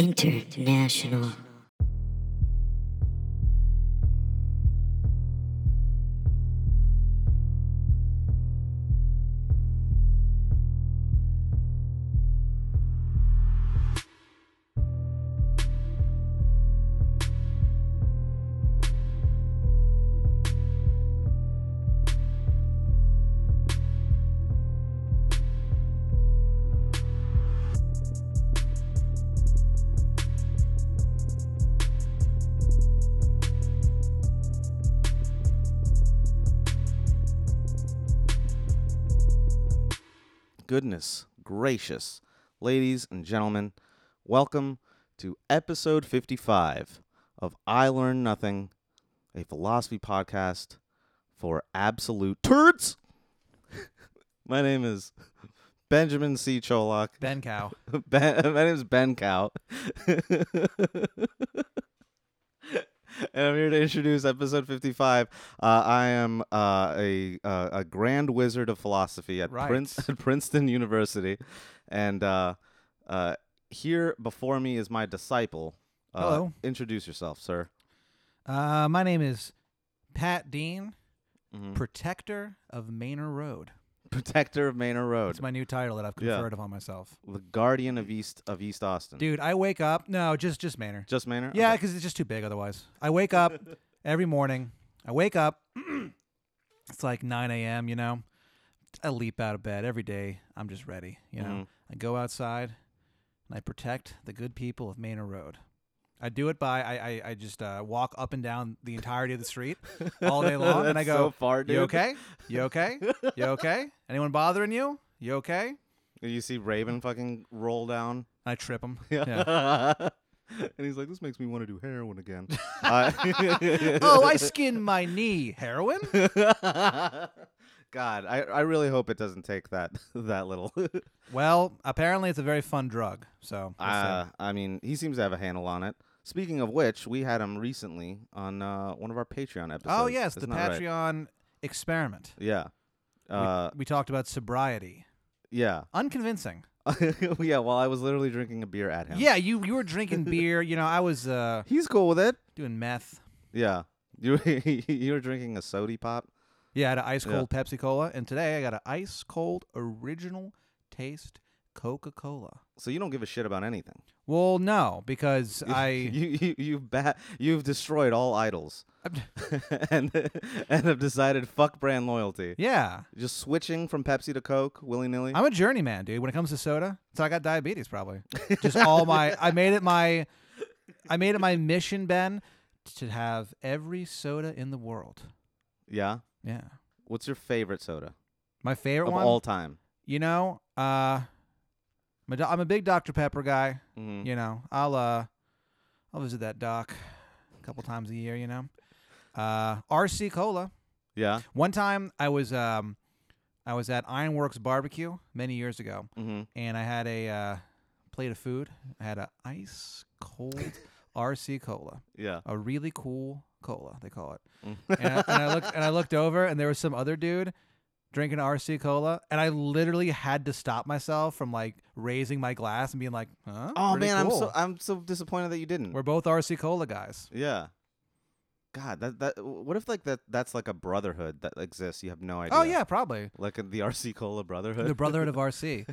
International. Goodness gracious. Ladies and gentlemen, welcome to episode 55 of I Learn Nothing, a philosophy podcast for absolute turds. My name is Benjamin C. Cholak. Ben Cow. Ben, my name's Ben Cow. and I'm here to introduce episode 55. Uh, I am uh, a uh, a grand wizard of philosophy at, Right. Prince, at Princeton University. And uh, uh, here before me is my disciple. Uh, Hello. Introduce yourself, sir. Uh, my name is Pat Dean, Mm-hmm. Mhm. protector of Manor Road. Protector of Manor Road, That's my new title that I've Yeah. conferred upon myself. the guardian of East of East Austin. Dude, I wake up. No, just just Manor. Just Manor? Yeah, Okay. because it's just too big otherwise. I wake up every morning. I wake up. it's like 9 a.m., you know. I leap out of bed every day. I'm just ready, you know. Mhm. I go outside and I protect the good people of Manor Road. I do it by I I, I just uh, walk up and down the entirety of the street all day long, and I That's go, so far, dude. "You okay? You okay? You okay? Anyone bothering you? You okay?" And You see Raven fucking roll down. I trip them. and he's like, this makes me want to do heroin again. Uh, oh, I skinned my knee. Heroin? God, I, I really hope it doesn't take that that little. Well, apparently it's a very fun drug. So we'll see. uh, I mean, he seems to have a handle on it. Speaking of which, we had him recently on uh, one of our Patreon episodes. oh yes, the Isn't that right? Patreon experiment. Yeah. We- Uh, we talked about sobriety. yeah. Unconvincing. yeah, well, I was literally drinking a beer at him. Yeah, you you were drinking beer. You know, I was uh, He's cool with it. doing meth. Yeah. You, you were drinking a sody pop? Yeah, I had an ice Yeah. cold Pepsi Cola, and today I got an ice cold original taste Coca Cola. So you don't give a shit about anything. Well, no, because I you you you've ba- you've destroyed all idols, I'm- and and have decided fuck brand loyalty. yeah, Just switching from Pepsi to Coke willy nilly. I'm a journeyman, dude. When it comes to soda, so I got diabetes probably. Just all my I made it my I made it my mission, Ben, to have every soda in the world. Yeah. Yeah, What's your favorite soda my favorite of one. all time? you know, uh, I'm a, do- I'm a big Dr Pepper guy. hmm you know i'll uh i'll visit that doc a couple times a year you know uh rc cola Yeah. one time i was um i was at ironworks barbecue many years ago hmm and i had a uh plate of food i had a ice cold rc cola Yeah. a really cool cola they call it Mm. and I, and I looked and i looked over and there was some other dude drinking rc cola and i literally had to stop myself from like raising my glass and being like huh Oh Pretty man, I'm cool." so I'm so disappointed that you didn't. We're both RC Cola guys. yeah. God, that that what if like that that's like a brotherhood that exists? You have no idea. Oh yeah, probably. Like uh, the RC Cola Brotherhood. The Brotherhood of RC.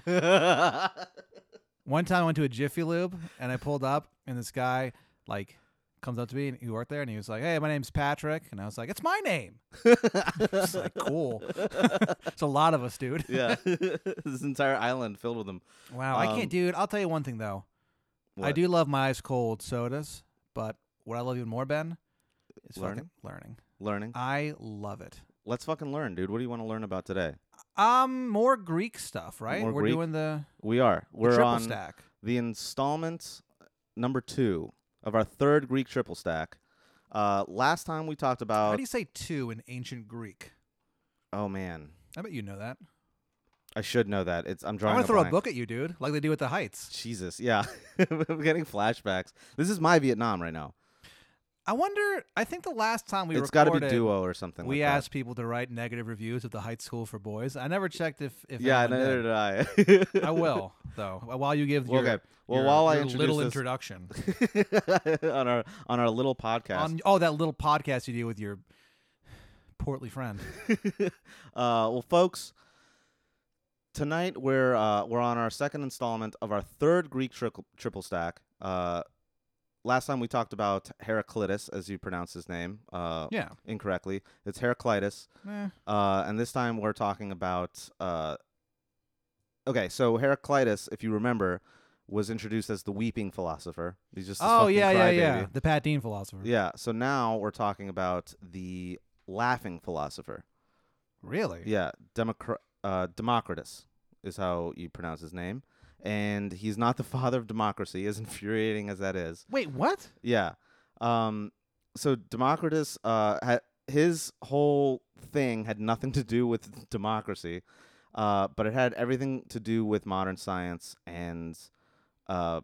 One time I went to a Jiffy Lube and I pulled up and this guy like comes up to me and he worked there and he was like, "Hey, my name's Patrick," and I was like, "It's my name." It's like cool. it's a lot of us, dude. yeah. this entire island filled with them. Wow, I Um, can't, dude. I'll tell you one thing though. I What? do love my ice cold sodas, but what I love even more, Ben, is Learning? fucking learning. Learning. I love it. Let's fucking learn, dude. What do you want to learn about today? Um, more Greek stuff, right? More We're Greek? doing the, We are. the We're triple on stack. the installment uh, number two of our third Greek triple stack. Uh, last time we talked How about. do you say two in ancient Greek? oh man, I bet you know that. I should know that. It's I'm I'm drawing. gonna throw blank. a book at you, dude, like they do at the Heights. Jesus, yeah. I'm getting flashbacks. This is my Vietnam right now. I wonder. I think the last time we it's got to recorded, be duo or something. we like that. asked people to write negative reviews of the high school for boys. I never checked if if Yeah, anyone neither did. did I. I will though. uh, While you give your, okay. Well, your- while I your little introduce this- introduction on our on our little podcast. on oh that little podcast you do with your portly friend. uh, well, folks, tonight we're uh, we're on our second installment of our third Greek triple, triple stack. Uh, last time we talked about Heraclitus, as you pronounce his name uh, Yeah. incorrectly. It's Heraclitus, Eh. uh, and this time we're talking about. Uh, okay, so Heraclitus, if you remember, was introduced as the weeping philosopher. He's just this Oh fucking yeah, yeah, crybaby. yeah. The Pat Dean philosopher. Yeah, so now we're talking about the laughing philosopher. Really? Yeah, Democra- uh, Democritus is how you pronounce his name. And he's not the father of democracy, as infuriating as that is. Wait, what? Yeah. Um, so Democritus, uh, ha- his whole thing had nothing to do with democracy, uh, but it had everything to do with modern science. And uh,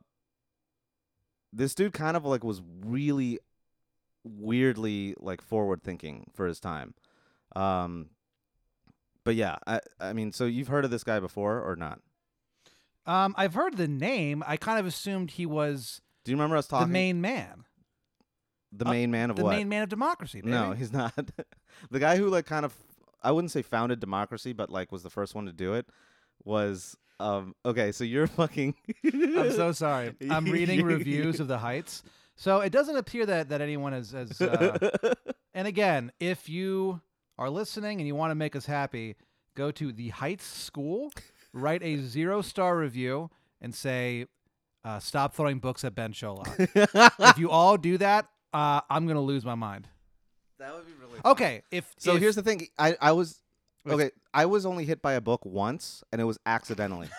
this dude kind of like was really weirdly like forward thinking for his time. Um, but yeah, I, I mean, so you've heard of this guy before or not? Um, I've heard the name. I kind of assumed he was Do you remember us talking the main man, the uh, main man of the what? main man of democracy. Baby. No, he's not. the guy who like kind of I wouldn't say founded democracy, but like was the first one to do it was um okay, so you're fucking I'm so sorry. I'm reading reviews of the Heights. So it doesn't appear that that anyone has. has uh, and again, if you are listening and you want to make us happy, go to the Heights School, write a zero star review, and say, uh, "Stop throwing books at Ben Shola." if you all do that, uh, I'm gonna lose my mind. That would be really Okay, if Oh, So if- here's the thing. I I was Wait. okay, I was only hit by a book once and it was accidentally.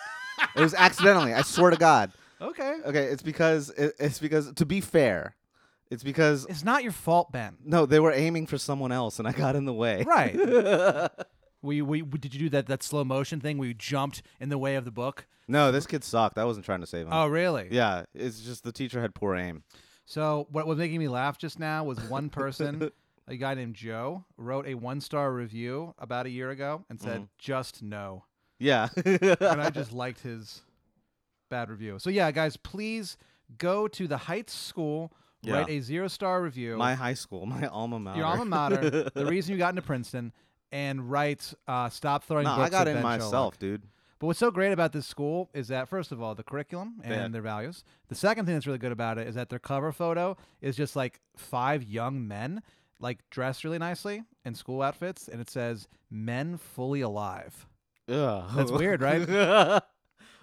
it was accidentally. I swear to god. okay. Okay, it's because it, it's because to be fair, it's because It's not your fault, Ben. no, they were aiming for someone else and I got in the way. Right. we, we did you do that that slow motion thing where you jumped in the way of the book? No, this kid sucked. I wasn't trying to save him. Oh, really? Yeah, it's just the teacher had poor aim. So what was making me laugh just now was one person, a guy named Joe, wrote a one-star review about a year ago and said Mm-hmm. just no. Yeah. And I just liked his bad review. So yeah, guys, please go to the Heights School, Yeah. write a zero-star review. my high school, my alma mater. your alma mater, the reason you got into Princeton, and write uh, "Stop throwing no, books." I got at in Ben myself, Sherlock." dude. But what's so great about this school is that, first of all, the curriculum and Yeah. their values. The second thing that's really good about it is that their cover photo is just like five young men, like dressed really nicely in school outfits, and it says "Men Fully Alive." Ugh. That's weird, right?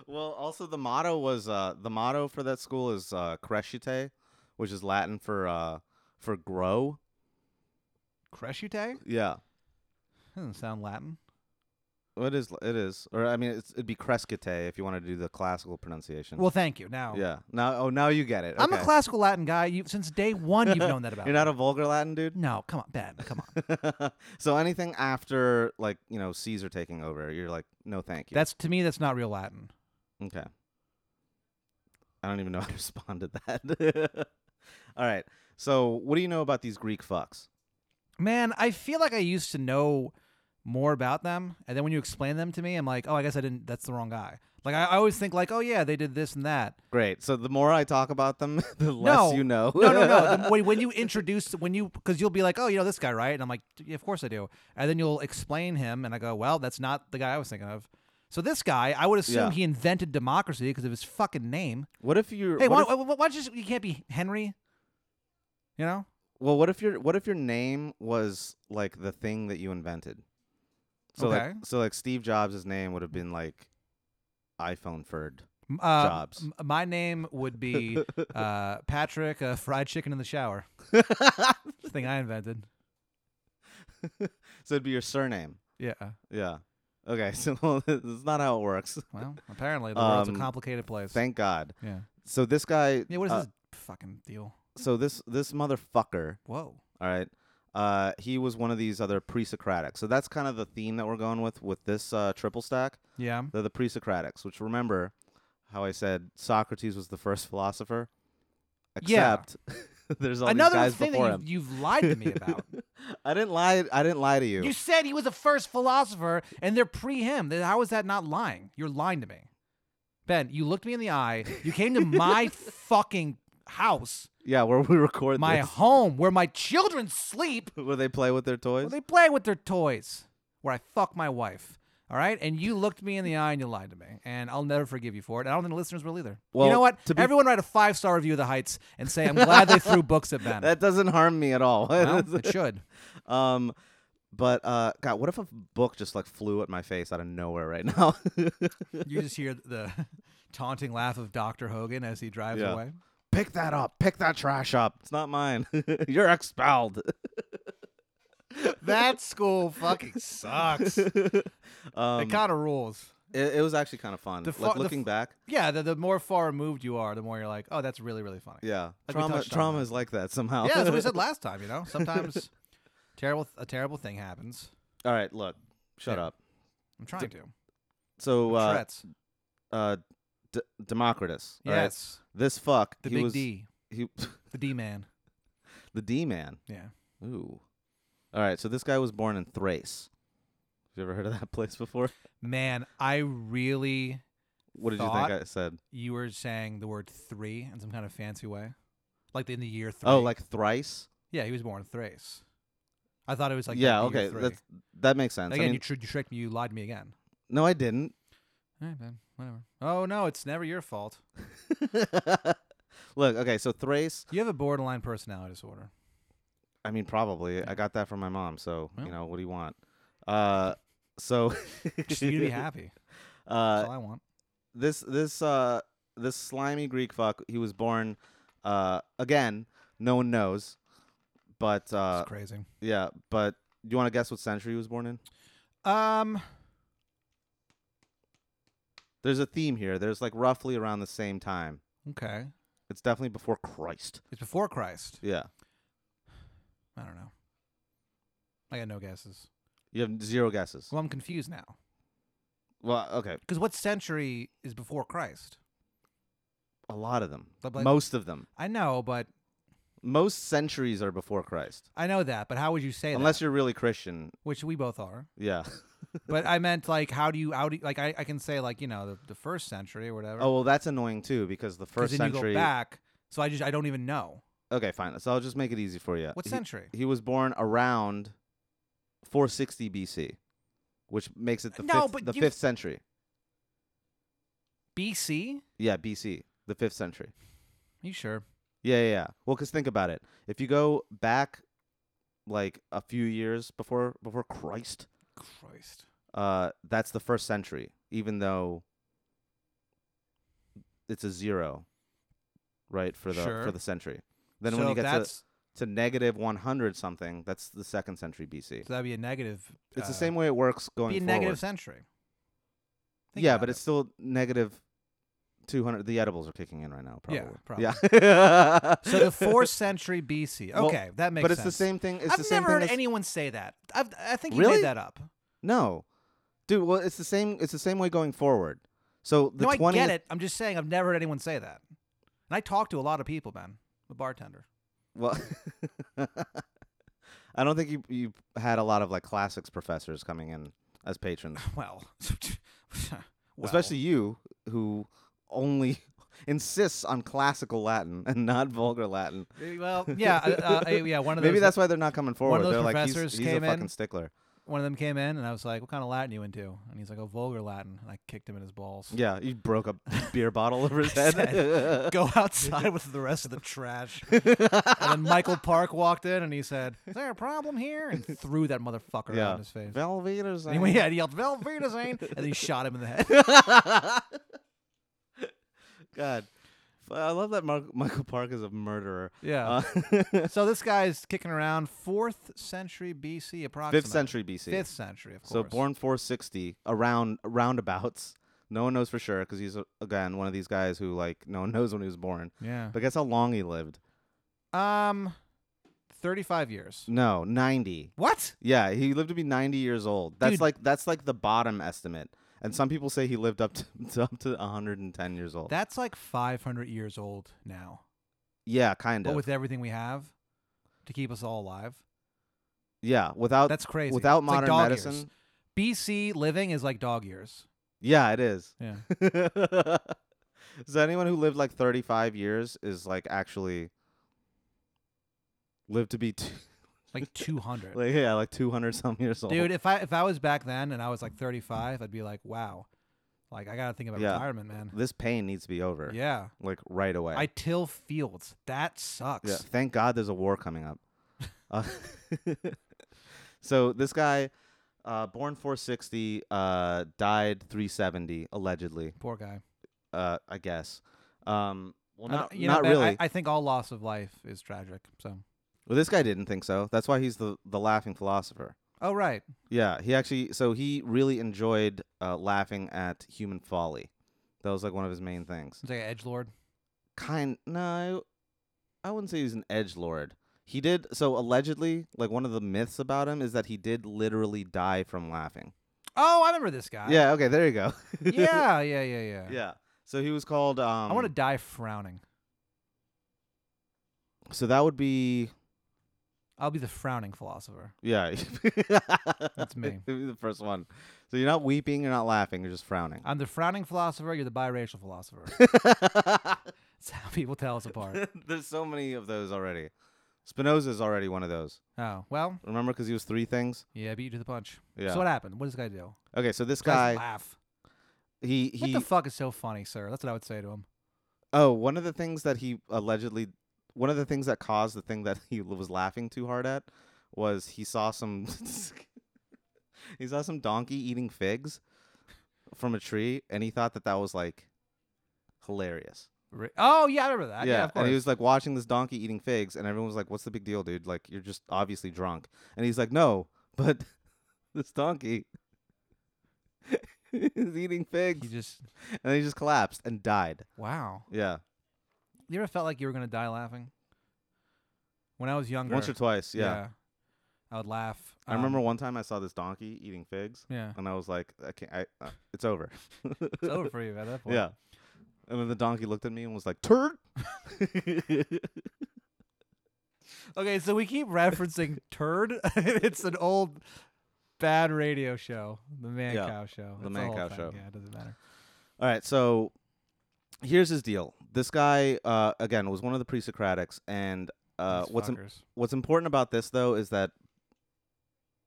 well, also the motto was uh, the motto for that school is uh, crescite, which is Latin for uh, for grow. Crescute Yeah, doesn't sound Latin. it is. It is, or I mean, it's, it'd be crescite if you wanted to do the classical pronunciation. Well, thank you. Now, yeah. Now, oh, now you get it. I'm a Okay. classical Latin guy. You since day one, you've known that about. You're me. not a vulgar Latin dude. no, come on, Ben. Come on. so anything after like you know Caesar taking over, you're like, no, thank you. That's to me. That's not real Latin. Okay. I don't even know how to respond to that. All right. So, what do you know about these Greek fucks? Man, I feel like I used to know more about them, and then when you explain them to me, I'm like, oh, I guess I didn't. That's the wrong guy. Like I, I always think like, oh yeah, they did this and that. Great. So, the more I talk about them, the less No. you know. No, no, no. The- when, when you introduce, when you because you'll be like, oh, you know this guy, right? And I'm like, yeah, of course I do. And then you'll explain him, and I go, well, that's not the guy I was thinking of. So this guy, I would assume Yeah. he invented democracy because of his fucking name. what if you're? Hey, what why, if- why, why, why don't you just, you can't be Henry? You know, well, what if your what if your name was like the thing that you invented? So, like, Okay. so like Steve Jobs' name would have been like iPhone Ferd. M- uh, Jobs. m- my name would be uh, Patrick uh, Fried Chicken in the Shower. It's a thing I invented. so it'd be your surname. Yeah. Yeah. Okay. So that's not how it works. Well, apparently the world's a Um, complicated place. Thank God. yeah. So this guy. Yeah. What is uh, this fucking deal? so this this motherfucker, Whoa. all right, uh, he was one of these other pre-Socratics. So that's kind of the theme that we're going with with this uh, triple stack. Yeah. They're the pre-Socratics, which remember how I said Socrates was the first philosopher, Yeah. except There's all Another these guys thing before that him. you, you've lied to me about. I didn't lie. I didn't lie to you. you said he was the first philosopher, and they're pre him. Then How is that not lying? You're lying to me, Ben. You looked me in the eye. You came to my fucking house, yeah, where we record my this, home, where my children sleep. where they play with their Well, toys. they play with their toys. Where I fuck my wife. All right, and you looked me in the eye and you lied to me, and I'll never forgive you for it. And I don't think the listeners will either. Well, you know what? to be- Everyone write a five star review of the Heights and say I'm glad they threw books at Ben. that doesn't harm me at all. Well, it should. um, but uh, God, what if a book just like flew at my face out of nowhere right now? You just hear the taunting laugh of Doctor Hogan as he drives Yeah. away. pick that up. Pick that trash up. It's not mine. You're expelled. That school fucking sucks. it Um, kind of rules. it, it was actually kind of fun. The like fu- the looking f- back, Yeah, the, the more far removed you are, the more you're like, oh, that's really really funny. yeah, we trauma touched on trauma that. is like that somehow. yeah, that's what we said last time. You know, sometimes terrible a terrible thing happens. all right, look, shut Yeah. up. I'm trying to. So uh, Tourette's. uh, D- Democritus. all right? Yes. This fuck. The he big was, D. He, The D man. the D man. Yeah. Ooh. All right. So this guy was born in Thrace. Have you ever heard of that place before? Man, I really What did you Thought. think I said? you were saying the word three in some kind of fancy way. Like in the year three. Oh, like thrice. Yeah, he was born in Thrace. I thought it was like the yeah. year Okay. three. That's, that makes sense. again, I mean, you, tr- you tricked me. You lied to me again. no, I didn't. All right, man. Whatever. Oh no, it's never your fault. Look. Okay. So Thrace. You have a borderline personality disorder. I mean, probably. I got that from my mom. So Well. you know, what do you want? Uh, so Just you to be happy. Uh, That's all I want. this this uh this slimy Greek fuck. He was born uh again. No one knows, but uh It's crazy. yeah. But do you want to guess what century he was born in? Um, There's a theme here. There's like roughly around the same time. okay. It's definitely before Christ. It's before Christ. Yeah, I don't know. I got no guesses. you have zero guesses. Well, I'm confused now. Well, okay, Because what century is before Christ? a lot of them. But, like- Most of them. I know, but Most centuries are before Christ, I know that. But how would you say unless that? you're really Christian. Which we both are. Yeah. But I meant like, how do you? How do you, like I, I can say like you know the, the first century or whatever. Oh well, that's annoying too because the 'cause first then century. you go back. So I just I don't even know Okay, fine. So I'll just make it easy for you. what Uh, He- century. He was born around 460 BC, which makes it the No, fifth, but the you- fifth century. B.C. Yeah, BC, the fifth century. You sure? Yeah, yeah. yeah. Well, because think about it. If you go back like a few years before before Christ, Christ. uh, that's the first century, even though it's a zero, right for the Sure. for the century. Then so when you get to, that's to negative 100 something, that's the second century BC. so that'd be a negative. It's uh, the same way it works going Be a forward. negative century. Think yeah, about but it. it's still negative 200. The edibles are kicking in right now, Yeah, probably. probably. Yeah. so the fourth century B.C. Well, Okay, that makes. But it's sense. the same thing. It's I've the same never thing. heard as- anyone say that. I've, I think you Really? made that up. No, dude. Well, it's the same. It's the same way going forward. So the no, 20th, I get it. I'm just saying I've never heard anyone say that. And I talk to a lot of people, man. I'm a bartender. Well, I don't think you you had a lot of like classics professors coming in as patrons, Well, well, especially you, who only insists on classical Latin and not vulgar Latin. well, yeah, uh, uh, yeah. One of Maybe those, that's why they're not coming forward. those they're like he's, professors he's a came in. fucking stickler. one of them came in, and I was like, "What kind of Latin you into?" And he's like, "Oh, vulgar Latin." And I kicked him in his balls. Yeah, you broke a beer bottle over his I head. said, Go outside with the rest of the trash. and then Michael Park walked in, and he said, "Is there a problem here?" And threw that motherfucker out yeah, in his face. Velveeta's. And he, yeah, he yelled, "Velveeta Zane!" and then he shot him in the head. God, F- I love that Mark- Michael Park is a murderer. Yeah. Uh, So this guy's kicking around fourth century BC, approximately. fifth century BC. Fifth century, of course. so born 460 around roundabouts. No one knows for sure because he's uh, again one of these guys who like no one knows when he was born. Yeah. But guess how long he lived? Um, thirty-five years. No, 90. What? Yeah, he lived to be 90 years old. That's Dude. like that's like the bottom estimate. And some people say he lived up to, to up to 110 years old. That's like five hundred years old now. Yeah, kind but of. with everything we have to keep us all alive. yeah, without That's crazy. Uh, without It's like modern dog years. medicine. BC living is like dog years. Yeah, it is. Yeah. so anyone who lived like 35 years is like actually lived to be t- Like 200. like oh. yeah, like 200 some years old. Dude, if I if I was back then and I was like 35, I'd be like, wow. Like I got to think about Yeah. retirement, man. this pain needs to be over. Yeah. Like right away. I till fields. That sucks. Yeah, thank God there's a war coming up. Uh, so this guy, uh, born 460, uh, died 370 allegedly. Poor guy. Uh, I guess. Um, well, I not, don't- you know, not I- really. I, I think all loss of life is tragic. So. well, this guy didn't think so. That's why he's the the laughing philosopher. Oh right. Yeah, he actually. So he really enjoyed uh, laughing at human folly. That was like one of his main things. It's like an edge lord. kind no i wouldn't say he was an edge lord he did so allegedly like one of the myths about him is that he did literally die from laughing Oh, I remember this guy. yeah okay there you go Yeah, yeah, yeah, yeah. yeah so he was called um I want to die frowning. so that would be I'll be the frowning philosopher. yeah That's me. It'd be the first one so you're not weeping you're not laughing you're just frowning I'm the frowning philosopher. You're the biracial philosopher. That's how people tell us apart. there's so many of those already spinoza's already one of those Oh well, remember because he was three things yeah, I beat you to the punch. yeah So what happened? What does this guy do? okay so this This guy's guy laugh. he he What the fuck is so funny, sir? That's what I would say to him. Oh, one of the things that he allegedly, one of the things that caused the thing that he was laughing too hard at was he saw some, he saw some donkey eating figs from a tree, and he thought that that was like hilarious. Re- Oh yeah, I remember that. Yeah, of course. and he was like watching this donkey eating figs, and everyone was like, "What's the big deal, dude? Like, you're just obviously drunk." And he's like, "No, but this donkey." is eating he figs just and he just collapsed and died wow. yeah You ever felt like you were gonna die laughing? When I was younger, once or twice yeah. I would laugh. I remember Um, one time I saw this donkey eating figs, Yeah, and I was like, "I can't. I, uh, it's over." it's over for you at that point. yeah. And then the donkey looked at me and was like, "Turd." Okay, so we keep referencing turd. it's an old bad radio show, the Man Yeah, Cow Show. It's the Man whole Cow thing. Show. Yeah, it doesn't matter. All right, so here's his deal. This guy, uh, again, was one of the pre-Socratics, and uh, These what's im- fuckers. what's important about this though is that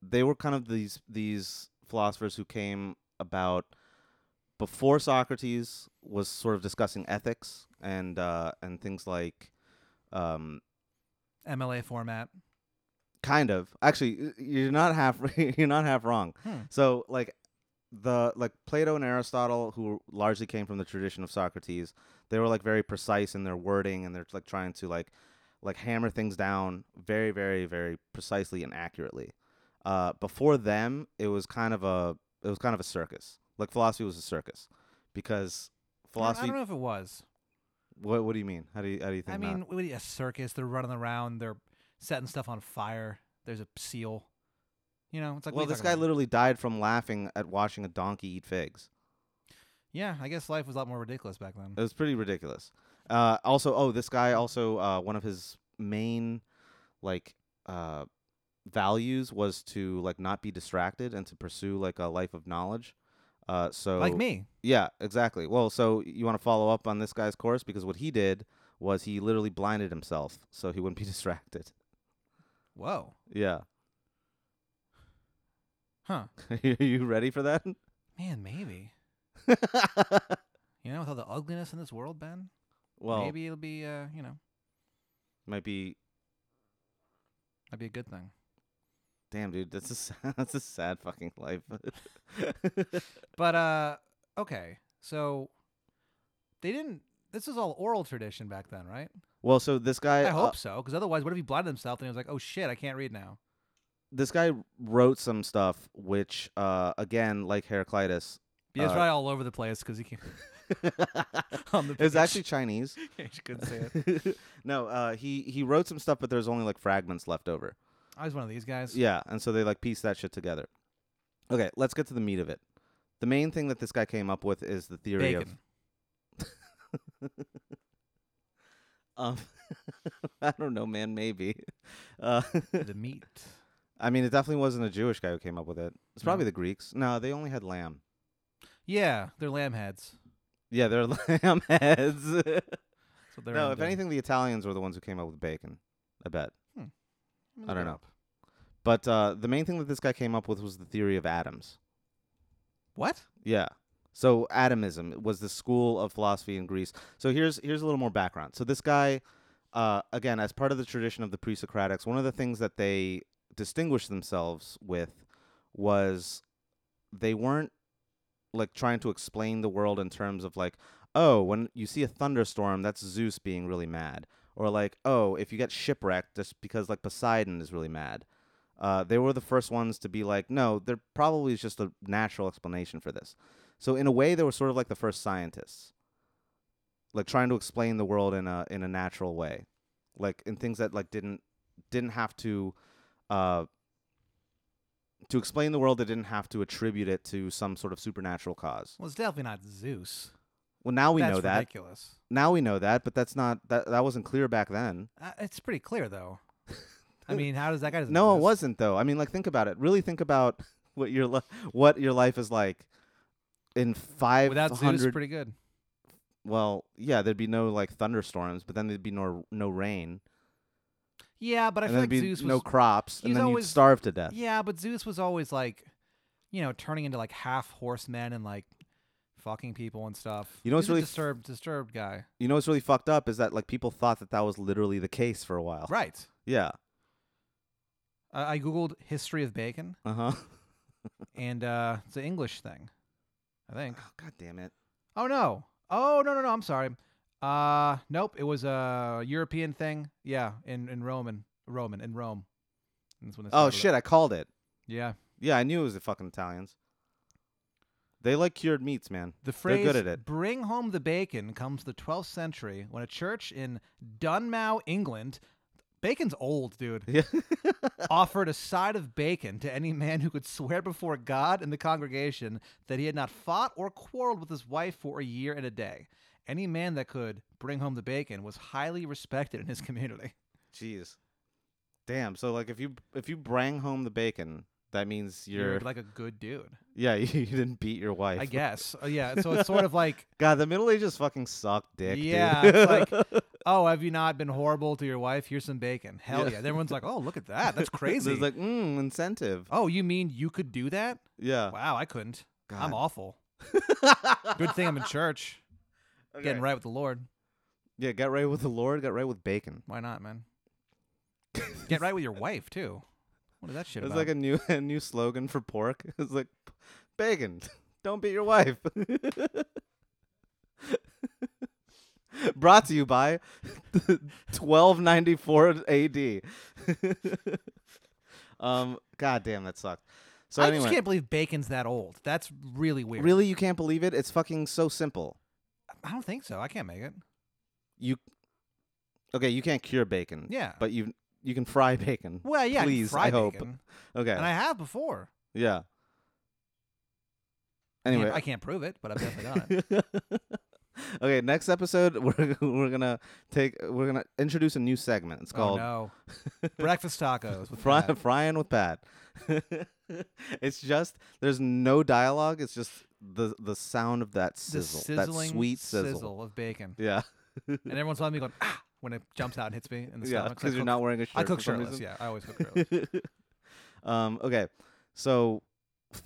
they were kind of these these philosophers who came about before Socrates was sort of discussing ethics and uh, and things like. Um, MLA format? kind of actually y- you're not half you're not half wrong Hmm. so like the like plato and aristotle who largely came from the tradition of socrates they were like very precise in their wording and they're like trying to like like hammer things down very very very precisely and accurately uh, before them it was kind of a it was kind of a circus like philosophy was a circus because I don't- I philosophy don't know if it was. what, what do you mean how do you how do you think I not? mean, what do you- a circus. They're running around. They're setting stuff on fire. There's a seal. You know, it's like. well what are you this talking guy about? literally died from laughing at watching a donkey eat figs Yeah, I guess life was a lot more ridiculous back then. It was pretty ridiculous. Uh, also, oh, this guy also uh, one of his main like uh, values was to like not be distracted and to pursue like a life of knowledge. Uh, so like me. yeah, exactly. Well, so you want to follow up on this guy's course because what he did was he literally blinded himself so he wouldn't be distracted. Whoa. Yeah, Huh. are you ready for that? Man, maybe. You know, with all the ugliness in this world, Ben, well, maybe it'll be, uh, you know, might be. that'd be a good thing. Damn, dude, that's a sad, that's a sad fucking life. But uh okay. So they didn't this is all oral tradition back then, right? well, so this guy. I uh, hope so, because otherwise what if he blinded himself and he was like, Oh shit, I can't read now. this guy wrote some stuff which uh again like heraclitus Yeah, it's Uh, probably all over the place because he can't on the it's page. actually chinese Yeah, you couldn't say it. no uh he he wrote some stuff but there's only like fragments left over I was one of these guys. yeah and so they like piece that shit together okay let's get to the meat of it the main thing that this guy came up with is the theory Bacon. of Um, I don't know, man. Maybe. Uh, the meat. I mean, it definitely wasn't a Jewish guy who came up with it. It's No? probably the Greeks. No, they only had lamb. Yeah, they're lamb heads. Yeah, they're lamb heads. That's what they're no, on if doing. anything, the Italians were the ones who came up with bacon. I bet. Let me I look don't it know. up. But uh, the main thing that this guy came up with was the theory of atoms. What? Yeah. So atomism was the school of philosophy in Greece. So here's here's a little more background. So this guy, uh, again, as part of the tradition of the pre-Socratics, one of the things that they distinguished themselves with was they weren't like trying to explain the world in terms of like, oh, when you see a thunderstorm, that's Zeus being really mad, or like, oh, if you get shipwrecked, just because like Poseidon is really mad. Uh, they were the first ones to be like, no, there probably is just a natural explanation for this. So in a way, they were sort of like the first scientists, like trying to explain the world in a in a natural way, like in things that like didn't didn't have to, uh, to explain the world. They didn't have to attribute it to some sort of supernatural cause. Well, it's definitely not Zeus. Well, now we That's know that. ridiculous. Now we know that, but that's not that that wasn't clear back then. Uh, it's pretty clear though. I mean, how does that guy? doesn't No, it exist. wasn't though. I mean, like think about it. Really think about what your li- what your life is like in Without Zeus, 500 pretty good. well, yeah, there'd be no like thunderstorms, but then there'd be no no rain, Yeah, but I and feel then like there'd be Zeus was. no crops, he's and then always- you'd starve to death. yeah, but Zeus was always like, you know, turning into like half horsemen and like fucking people and stuff. You know what's He's a really f- disturbed, disturbed guy. You know what's really fucked up is that like people thought that that was literally the case for a while. Right. Yeah. Uh, I googled history of bacon, Uh huh. and uh, it's an English thing, I think. Oh, God damn it. Oh no. Oh no no no. I'm sorry. Uh, nope. It was a European thing. Yeah, in in Roman, Roman in Rome. And That's when they Oh started it. shit! I called it. Yeah. Yeah, I knew it was the fucking Italians. They like cured meats, man. The They're phrase good at it. "bring home the bacon" comes the 12th century when a church in Dunmow, England, bacon's old, dude, Yeah. offered a side of bacon to any man who could swear before God and the congregation that he had not fought or quarreled with his wife for a year and a day. Any man that could bring home the bacon was highly respected in his community. Jeez. Damn. So like, if you if you brang home the bacon, that means you're, You're like a good dude, yeah you, you didn't beat your wife. I guess. Uh, yeah, so it's sort of like, God, the Middle Ages fucking sucked dick. dude. yeah, it's like, oh, have you not been horrible to your wife? Here's some bacon. Hell Yeah. yeah! Everyone's like, oh, look at that, that's crazy. It's like, mm, incentive. oh, you mean you could do that? Yeah. Wow, I couldn't. I'm Uh, God. awful. Good thing I'm in church, Okay. getting right with the Lord. Yeah, get right with the Lord, get right with bacon. Why not, man? Get right with your wife too. What is that shit It's about? like a new a new slogan for pork. It's like bacon. Don't beat your wife. Brought to you by 1294 AD. um god damn that sucked. So I anyway, just can't believe bacon's that old. That's really weird. really you can't believe it? It's fucking so simple. I don't think so. I can't make it. You Okay, you can't cure bacon. Yeah. But you you can fry bacon. Well, yeah, I can Please, fry I hope. bacon, Okay. and I have before. yeah. Can't- Anyway, I can't prove it, but I've definitely done it. okay, next episode we're we're gonna take we're gonna introduce a new segment. It's called oh no, breakfast tacos with Fry, Pat. Frying with Pat. it's just there's no dialogue. It's just the the sound of that the sizzle, that sizzling sweet sizzle. of bacon, Yeah, and everyone's on me going ah when it jumps out and hits me in the yeah, stomach. "Oh, I because you're cook- not wearing a shirt. I cook for some shirtless. reason. Yeah, I always cook shirtless. um. Okay, so.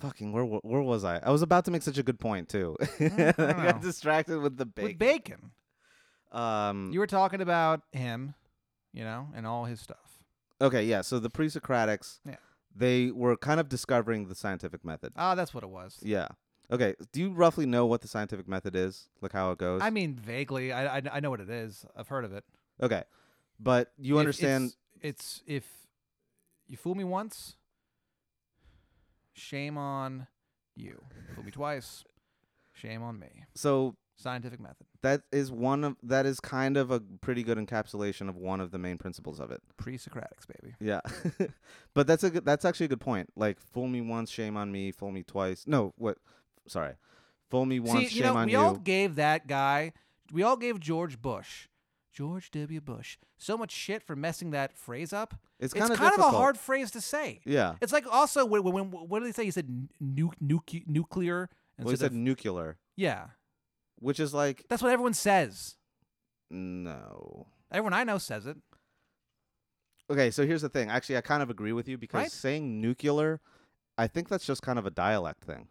Fucking where wa- where was I? I was about to make such a good point too. I I don't know. got distracted with the bacon. With bacon, um, you were talking about him, you know, and all his stuff. Okay, yeah. So the pre-Socratics, Yeah. they were kind of discovering the scientific method. Ah, that's what it was. Yeah. Okay. Do you roughly know what the scientific method is, like how it goes? I mean, vaguely, I, I I know what it is. I've heard of it. okay, but you If understand? It's, it's if you fool me once, shame on you. Fool me twice, shame on me. So Scientific method, that is one of that is kind of a pretty good encapsulation of one of the main principles of it. pre-Socratics, baby. Yeah. but that's a good, that's actually a good point. Like fool me once, shame on me. Fool me twice. No, what? Sorry. Fool me once, See, shame you know, on we you. all gave that guy, we all gave George Bush. George W. Bush. So much shit for messing that phrase up. It's It's kind of kind of a hard phrase to say. Yeah. It's like also when, when, when what did he say? He said nu- nu- nuke- nuclear. Well, he instead said of- nuclear, yeah, which is like that's what everyone says. no. Everyone I know says it. Okay, so here's the thing. Actually, I kind of agree with you because Right? saying nuclear, I think that's just kind of a dialect thing.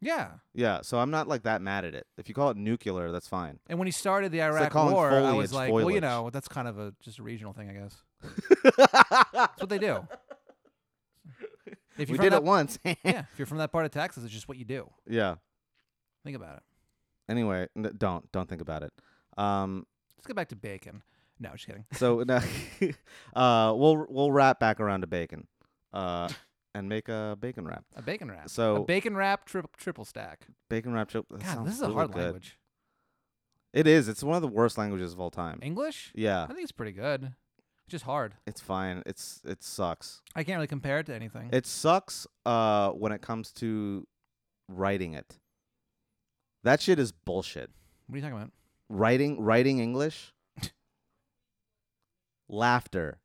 Yeah. Yeah, so I'm not like that mad at it. If you call it nuclear, that's fine. And when he started the Iraq calling War, I foliage was like, well, you foliage. know, that's kind of a just a regional thing, I guess. That's what they do. If we you're from did it that, once. yeah, if you're from that part of Texas, it's just what you do. yeah. Think about it. Anyway, n- don't don't think about it. Um, Let's get back to bacon. No, just kidding. so now, uh, we'll we'll wrap back around to bacon, uh, and make a bacon wrap. A bacon wrap. a So- bacon wrap tri- triple stack. Bacon wrap. Chip, that God, sounds this is a really hard good. language. It is. It's one of the worst languages of all time. English? Yeah, I think it's pretty good. It's just hard. it's fine. It's it sucks. I can't really compare it to anything. It sucks uh, when it comes to writing it. That shit is bullshit. what are you talking about? Writing writing English. laughter.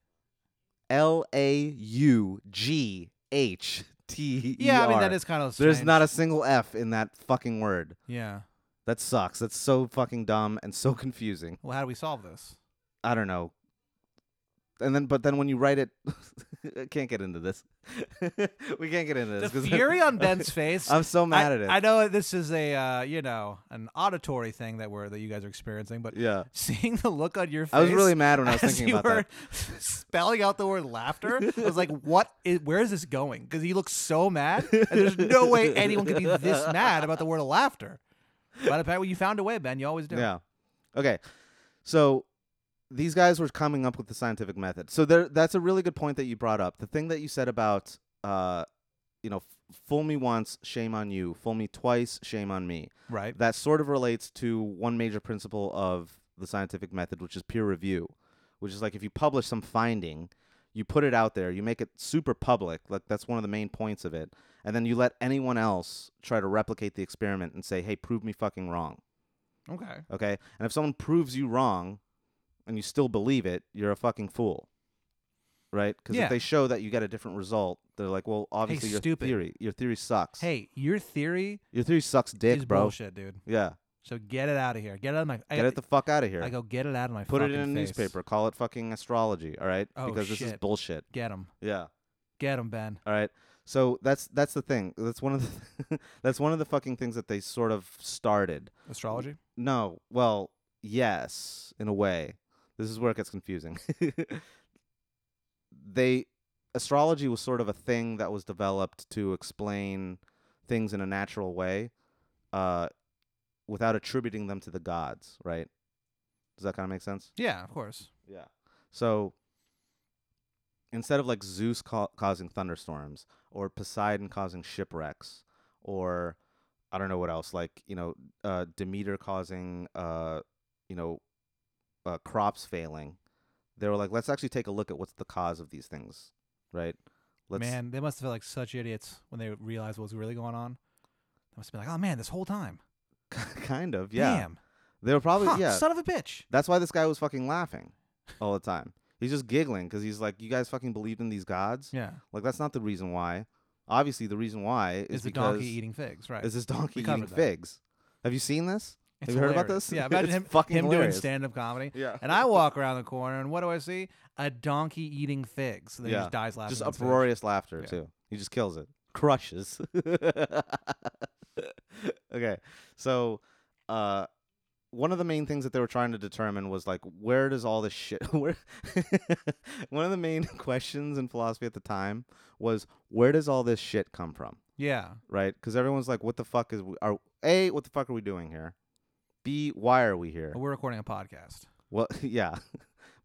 L A U G H T E R. Yeah, I mean that is kind of There's strange. not a single F in that fucking word. Yeah. That sucks. That's so fucking dumb and so confusing. Well, how do we solve this? I don't know. And then, but then when you write it, I can't get into this. we can't get into The this. 'cause fury on Ben's face. I'm so mad I, at it. I know this is a uh, you know an auditory thing that we're that you guys are experiencing, but yeah. seeing the look on your face, I was really mad when I was as thinking you about were that. spelling out the word laughter. I was like, "What? Is, where is this going?" Because he looks so mad, and there's no way anyone could be this mad about the word laughter. But apparently, you found a way, Ben. You always do. Yeah. Okay. So these guys were coming up with the scientific method. So there, that's a really good point that you brought up. The thing that you said about, uh, you know, f- fool me once, shame on you. Fool me twice, shame on me. Right. that sort of relates to one major principle of the scientific method, which is peer review, which is like if you publish some finding, you put it out there, you make it super public, like that's one of the main points of it, and then you let anyone else try to replicate the experiment and say, hey, prove me fucking wrong, Okay. okay? And if someone proves you wrong and you still believe it, you're a fucking fool, right? Because Yeah. if they show that you get a different result, they're like, well, obviously your stupid. theory, your theory sucks. Hey, your theory your theory sucks, dick, is bro. bullshit, dude. Yeah, So get it out of here. Get it out of my. I, get it the fuck out of here. I go get it out of my. Put it in a fucking face. newspaper. Call it fucking astrology. All right, Oh, because this is shit. bullshit. Get him. Yeah. Get him, Ben. All right. So that's that's the thing. That's one of the that's one of the fucking things that they sort of started. Astrology. No, well, yes, in a way. This is where it gets confusing. they astrology was sort of a thing that was developed to explain things in a natural way, uh, without attributing them to the gods. Right? Does that kind of make sense? Yeah, of course. Yeah. So instead of like Zeus ca- causing thunderstorms or Poseidon causing shipwrecks or I don't know what else, like, you know, uh, Demeter causing, uh, you know, uh, crops failing, they were like, let's actually take a look at what's the cause of these things, right? Let's, man, they must have felt like such idiots when they realized what was really going on. They must have been like, oh man, this whole time. kind of, yeah. Damn. They were probably, Huh, yeah. Son of a bitch. That's why this guy was fucking laughing all the time. He's just giggling because he's like, you guys fucking believed in these gods? Yeah. Like that's not the reason why. Obviously, the reason why is Is the because donkey eating figs, right? is this donkey eating covered that. figs? Have you seen this? It's have you heard about hilarious. this? Yeah, imagine It's him, fucking him doing hilarious. stand up comedy. Yeah. And I walk around the corner and what do I see? A donkey eating figs. And then Yeah. he just dies laughing. Just on stage. uproarious laughter Yeah. too. He just kills it, crushes. okay, so uh, one of the main things that they were trying to determine was like, where does all this shit? Where? one of the main questions in philosophy at the time was, where does all this shit come from? Yeah. right? Because everyone's like, "What the fuck is we, are a? What the fuck are we doing here? B? Why are we here? But we're recording a podcast. Well, yeah,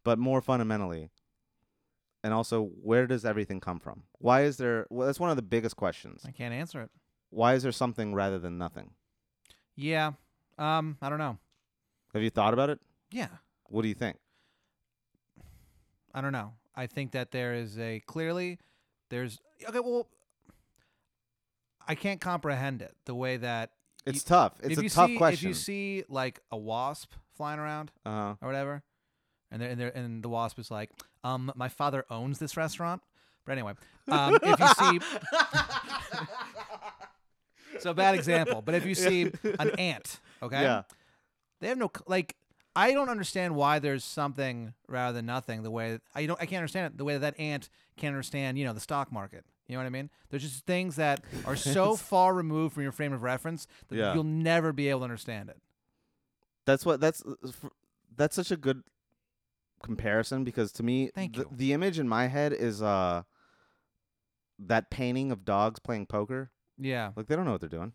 but more fundamentally, and also, where does everything come from? Why is there? Well, that's one of the biggest questions. I can't answer it. Why is there something rather than nothing? Yeah. Um, I don't know. Have you thought about it? Yeah. What do you think? I don't know. I think that there is a clearly there's okay. Well, I can't comprehend it the way that It's You- tough. It's if a you tough see, If question. you see like a wasp flying around uh-huh. or whatever, and they're, and, they're, and the wasp is like, um, my father owns this restaurant. But anyway, um, if you see, so bad example. But if you see an ant, okay, Yeah. they have no c- like. I don't understand why there's something rather than nothing. The way I don't, I can't understand it. The way that, that ant can't understand, you know, the stock market. You know what I mean? There's just things that are so far removed from your frame of reference that Yeah. you'll never be able to understand it. That's what that's uh, f- that's such a good comparison because to me Thank the, you. the image in my head is uh that painting of dogs playing poker. Yeah, Like they don't know what they're doing.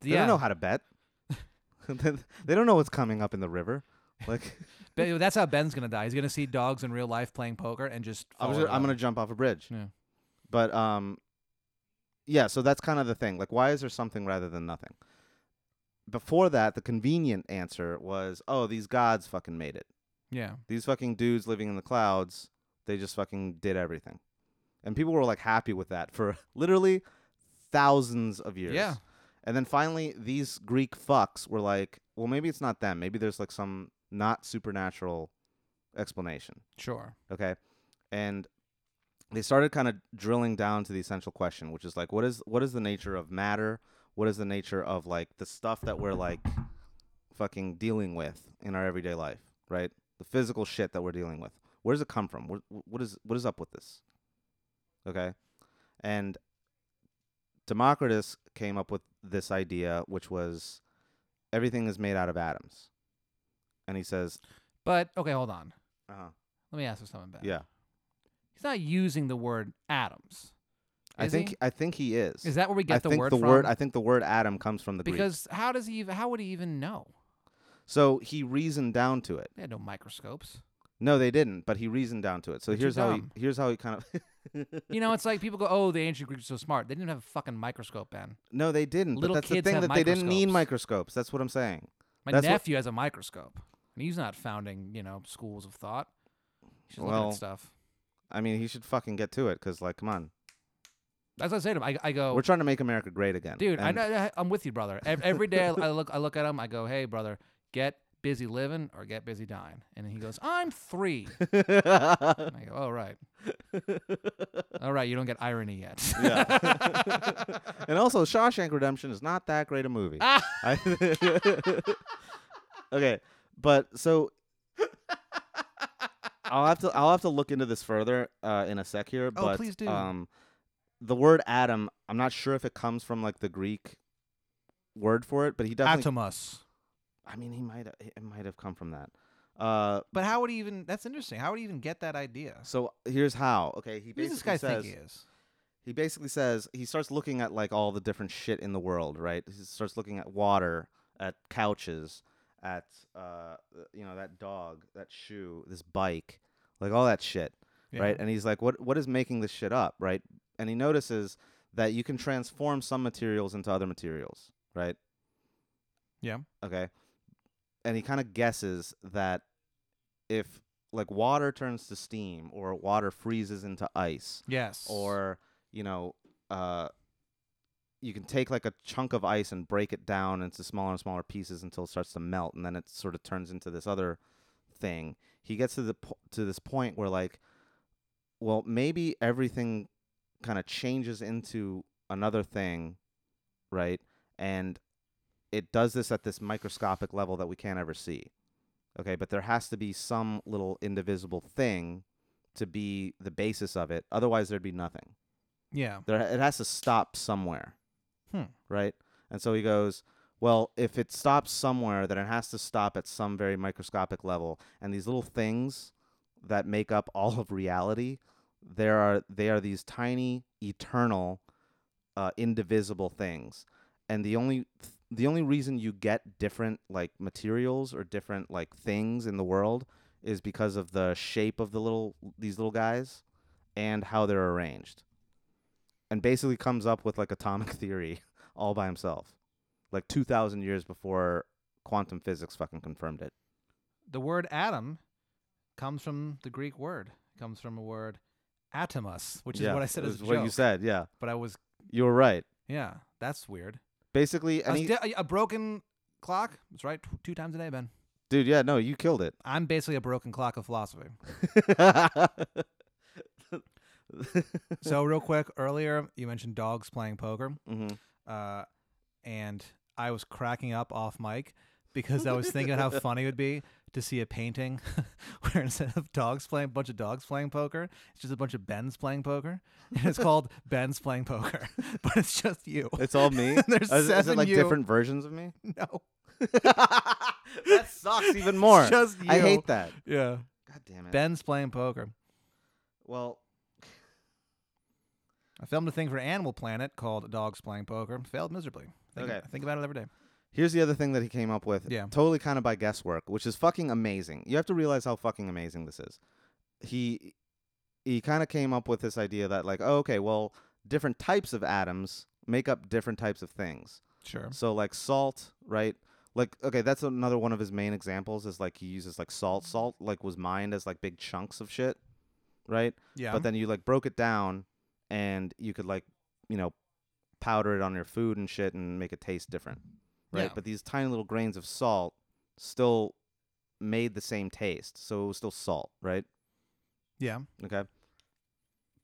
They yeah. don't know how to bet. they they don't know what's coming up in the river. Like Ben- that's how Ben's gonna die. He's gonna see dogs in real life playing poker and just. I was fall in I'm love. gonna jump off a bridge. Yeah. But um, yeah. So that's kind of the thing. Like, why is there something rather than nothing? Before that, the convenient answer was, oh, these gods fucking made it. Yeah. These fucking dudes living in the clouds, they just fucking did everything, and people were like happy with that for literally thousands of years. Yeah. And then finally, these Greek fucks were like, well, maybe it's not them. Maybe there's like some not supernatural explanation Sure. okay and they started kind of drilling down to the essential question which is like what is what is the nature of matter what is the nature of like the stuff that we're like fucking dealing with in our everyday life right the physical shit that we're dealing with where does it come from what, what is what is up with this okay and democritus came up with this idea which was everything is made out of atoms and he says But okay, hold on. uh Let me ask you something, Ben. yeah He's not using the word atoms. i Is think he? i think he is Is that where we get I the think word the from? word I think the word atom comes from the Greek. because how does he? Even, how would he even know? So he reasoned down to it. They had no microscopes. No, they didn't, but he reasoned down to it. So But you're here's how he dumb. here's how he kind of You know, it's like people go, "Oh, the ancient Greeks were so smart. They didn't have a fucking microscope, Ben. No, they didn't. Little but that's the kids thing have that they didn't need microscopes. microscopes. That's what I'm saying. My That's what- nephew has a microscope, and he's not founding, you know, schools of thought. He's just looking Well- at stuff. I mean, he should fucking get to it cuz like come on. That's what I say to him. I, I go, We're trying to make America great again. Oh. dude I And know, I- i'm with you brother Ev- every day I- i look i look at him i go hey brother get busy living or get busy dying and he goes i'm three and i go all right all right you don't get irony yet yeah. and also Shawshank Redemption is not that great a movie. Ah. I- okay, but so I'll have to I'll have to look into this further uh, in a sec here. Oh, but, please do. Um, the word atom, I'm not sure if it comes from like the Greek word for it, but he definitely. atomus I mean, he might it might have come from that. Uh, but how would he even that's interesting how would he even get that idea so here's how. Okay, he who does basically this guy says think he is he basically says he starts looking at like all the different shit in the world, right? He starts looking at water, at couches, at uh, you know that dog, that shoe, this bike, like all that shit, right? And he's like, what what is making this shit up, right? And he notices that you can transform some materials into other materials, right? Yeah. Okay. And he kind of guesses that if like water turns to steam or water freezes into ice yes or you know uh you can take like a chunk of ice and break it down into smaller and smaller pieces until it starts to melt and then it sort of turns into this other thing he gets to the po- to this point where like well maybe everything kind of changes into another thing right and it does this at this microscopic level that we can't ever see okay but there has to be some little indivisible thing to be the basis of it. Otherwise, there'd be nothing. yeah There, it has to stop somewhere, Hmm. right? And so he goes, well, if it stops somewhere, then it has to stop at some very microscopic level. And these little things that make up all of reality, there are they are these tiny, eternal, uh, indivisible things. And the only th- the only reason you get different like materials or different like things in the world is because of the shape of the little these little guys and how they're arranged. And basically comes up with like atomic theory all by himself. Like 2000 years before quantum physics fucking confirmed it. the word atom comes from the greek word It comes from a word atomus which is Yeah, what i said as is a what joke you said, yeah. but i was You were right. yeah that's weird Basically A and he, sti- a, a broken clock. That's right. tw- Two times a day, Ben. Dude, yeah, no, you killed it. I'm basically a broken clock of philosophy. so real quick, earlier you mentioned dogs playing poker, hmm uh, and I was cracking up off mic because I was thinking how funny it would be to see a painting where instead of dogs playing, a bunch of dogs playing poker, it's just a bunch of Bens playing poker, and it's called Ben's playing poker, but it's just you. It's all me. There's is, is it seven like you. different versions of me? No, that sucks even more. It's just you. I hate that. Yeah, God damn it. Ben's playing poker. well, I filmed a thing for Animal Planet called Dogs Playing Poker. Failed miserably. Think, Okay. I think about it every day. here's the other thing that he came up with. Yeah. Totally kind of by guesswork, which is fucking amazing. You have to realize how fucking amazing this is. He he kind of came up with this idea that like, oh, okay, well, different types of atoms make up different types of things. Sure. So like salt, right? Like okay, that's another one of his main examples is like he uses like salt. Salt like was mined as like big chunks of shit, right? Yeah. But then you like broke it down and you could like, you know, powder it on your food and shit and make it taste different. Right? Yeah. But these tiny little grains of salt still made the same taste. So it was still salt, right? yeah. Okay.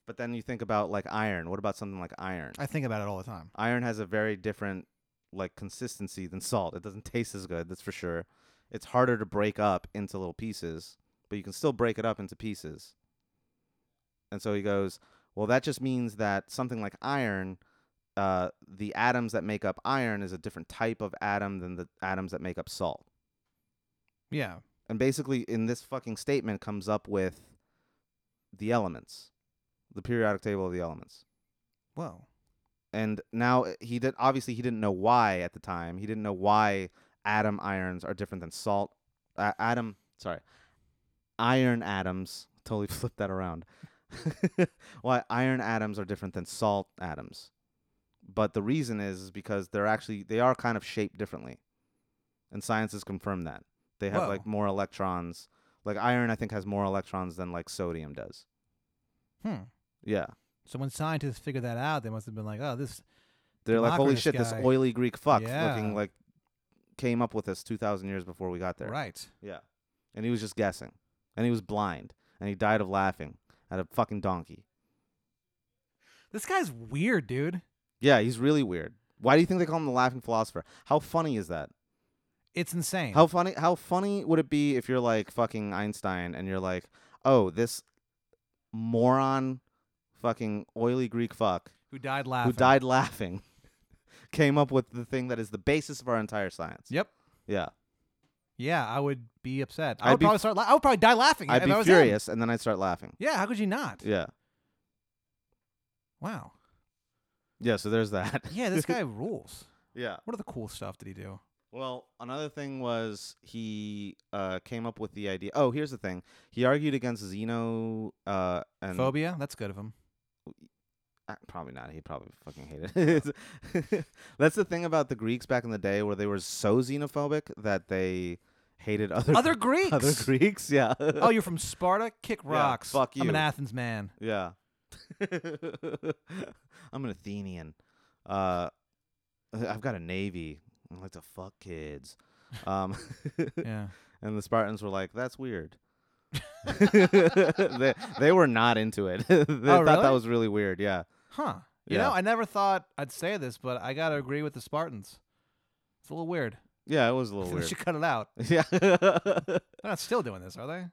But then you think about like iron. What about something like iron? I think about it all the time. iron has a very different like consistency than salt. It doesn't taste as good, that's for sure. It's harder to break up into little pieces, but you can still break it up into pieces. And so he goes, well, that just means that something like iron, uh, the atoms that make up iron is a different type of atom than the atoms that make up salt. Yeah. And basically, in this fucking statement, comes up with the elements, the periodic table of the elements. Whoa. and now uh, he did obviously he didn't know why at the time he didn't know why atom irons are different than salt uh, atom sorry iron atoms totally flipped that around why iron atoms are different than salt atoms but the reason is, is because they're actually they are kind of shaped differently and science has confirmed that they have Whoa. like more electrons like iron i think has more electrons than like sodium does Hmm. yeah So when scientists figured that out, they must have been like, "Oh, this They're like, holy Democritus shit, this guy. oily Greek fuck Yeah. looking like came up with this 2,000 years before we got there. right." Yeah. And he was just guessing. And he was blind. And he died of laughing at a fucking donkey. This guy's weird, dude. Yeah, he's really weird. Why do you think they call him the laughing philosopher? How funny is that? It's insane. How funny how funny would it be if you're like fucking Einstein and you're like, "Oh, this moron fucking oily Greek fuck who died laughing? who died laughing came up with the thing that is the basis of our entire science." Yep. Yeah. Yeah, I would be upset. I I'd would be probably start. La- I would probably die laughing. I'd if be I was him. furious, and then I'd start laughing. Yeah. How could you not? Yeah, Wow. yeah. So there's that. Yeah, this guy rules. yeah. What are the cool stuff did he do? Well, another thing was he uh, came up with the idea. Oh, here's the thing. He argued against Zeno uh, and Phobia. That's good of him. Uh, probably not. He probably fucking hated it. That's the thing about the Greeks back in the day, where they were so xenophobic that they hated other Other Greeks. other Greeks. Yeah. oh, you're from Sparta? Kick Yeah, rocks. fuck I'm an you. Athens man. Yeah. I'm an Athenian. Uh, I've got a navy. I like to fuck kids. Um, Yeah. and the Spartans were like, "That's weird." they they were not into it. they thought that Oh, really? was really weird. Yeah. Huh. You Yeah. know, I never thought I'd say this, but I gotta agree with the Spartans. It's a little weird. Yeah, it was a I little think weird. we should cut it out. Yeah. They're not still doing this, are they?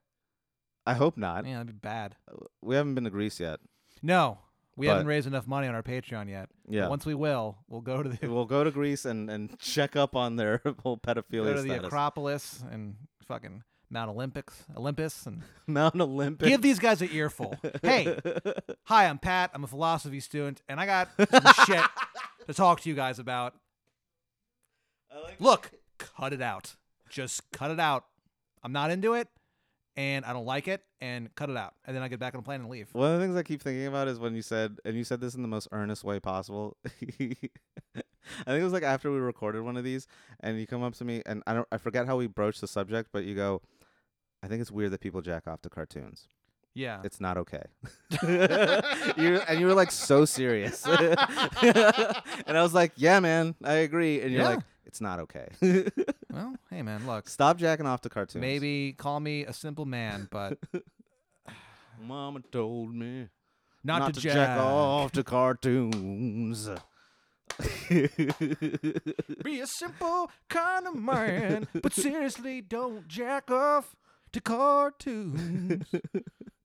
I hope not. yeah, that'd be bad. We haven't been to Greece yet. No, we But- haven't raised enough money on our Patreon yet. But Yeah. Once we will, we'll go to the go We'll go to Greece and, and check up on their whole pedophilia to the status. Acropolis and fucking Mount Olympics, Olympus, and Mount Olympus. give these guys an earful. hey, hi, I'm Pat. I'm a philosophy student, and I got some shit to talk to you guys about. Look, cut it out. Just cut it out. I'm not into it, and I don't like it, and cut it out. And then I get back on the plane and leave. One of the things I keep thinking about is when you said, and you said this in the most earnest way possible. I think it was like after we recorded one of these, and you come up to me, and I don't, I forget how we broached the subject, but you go, I think it's weird that people jack off to cartoons. Yeah. It's not okay. you and you were like so serious, and I was like, yeah, man, I agree. And you're Yeah. like, It's not okay. Well, hey man, look. Stop jacking off to cartoons. Maybe call me a simple man, but Mama told me not, to, jack. off to cartoons. Be a simple kind of man, but seriously, don't jack off to cartoons.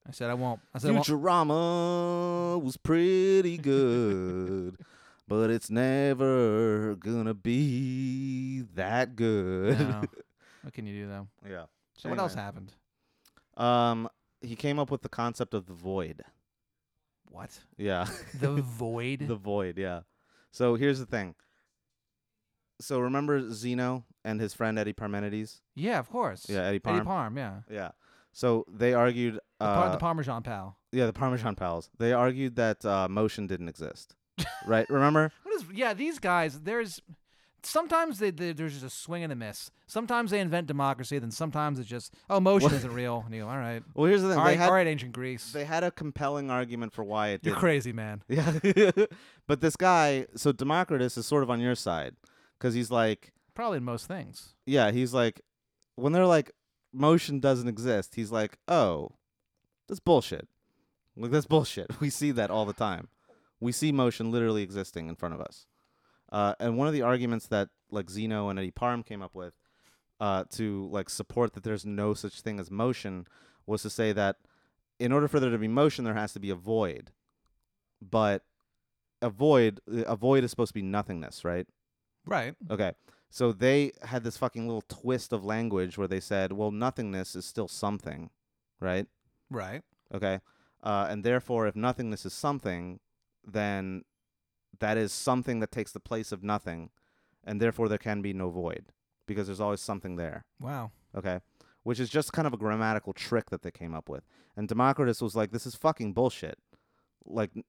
I said I won't. I said I won't. Futurama was pretty good, but it's never gonna be that good. No. What can you do though? Yeah. So what else Anyway. happened? Um, he came up with the concept of the void. What? Yeah. The void. the void, yeah. So here's the thing. So remember Zeno and his friend Eddie Parmenides? yeah, of course. Yeah, Eddie Parm. Eddie Parm. Yeah. yeah. So they argued The, par- uh, the Parmesan pal. yeah, the Parmesan pals. They argued that uh, motion didn't exist. right? Remember? What is? Yeah, these guys. There's sometimes they, they there's just a swing and a miss. Sometimes they invent democracy, then sometimes it's just oh motion What? is isn't real. And you go, all right, Well, here's the all thing. right, they had all right, ancient Greece. they had a compelling argument for why it You're didn't. crazy, man. Yeah. but this guy, so Democritus is sort of on your side because he's like, Probably in most things. yeah, he's like, when they're like, motion doesn't exist, he's like, oh, that's bullshit. Like, that's bullshit. We see that all the time. We see motion literally existing in front of us. Uh, and one of the arguments that like Zeno and Eddie Parm came up with uh, to like support that there's no such thing as motion was to say that in order for there to be motion, there has to be a void. But a void, a void is supposed to be nothingness, right? Right. Okay. So they had this fucking little twist of language where they said, well, nothingness is still something, right? Right. Okay. Uh, and therefore, if nothingness is something, then that is something that takes the place of nothing. And therefore, there can be no void because there's always something there. Wow. Okay. Which is just kind of a grammatical trick that they came up with. And Democritus was like, this is fucking bullshit. Like, n-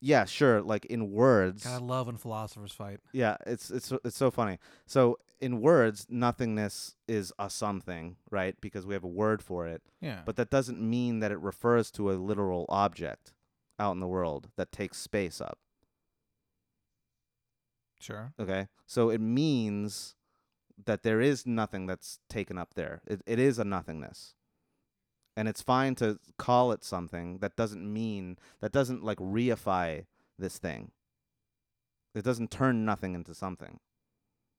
yeah, sure. Like, in words. God, I love when philosophers fight. Yeah, it's it's so- it's so funny. So in words, nothingness is a something, right? Because we have a word for it, Yeah. but that doesn't mean that it refers to a literal object out in the world that takes space up. sure. Okay, so it means that there is nothing that's taken up there. It it is a nothingness, and it's fine to call it something that doesn't mean that doesn't like reify this thing. It doesn't turn nothing into something.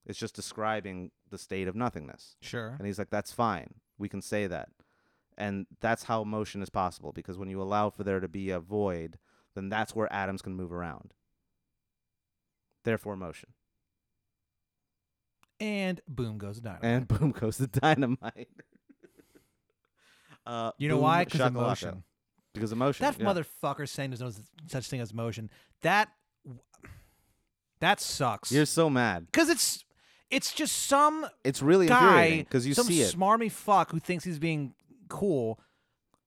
It's just describing the state of nothingness. Sure. And he's like, that's fine. We can say that. And that's how motion is possible because when you allow for there to be a void, then that's where atoms can move around. Therefore, motion. And boom goes the dynamite. And boom goes the dynamite. uh, you know boom why? Because shakalaka. emotion. Because emotion. That yeah. motherfucker saying there's no s- such thing as motion. That that sucks. You're so mad. Because it's it's just some It's really guy, infuriating because you some see it. smarmy fuck who thinks he's being cool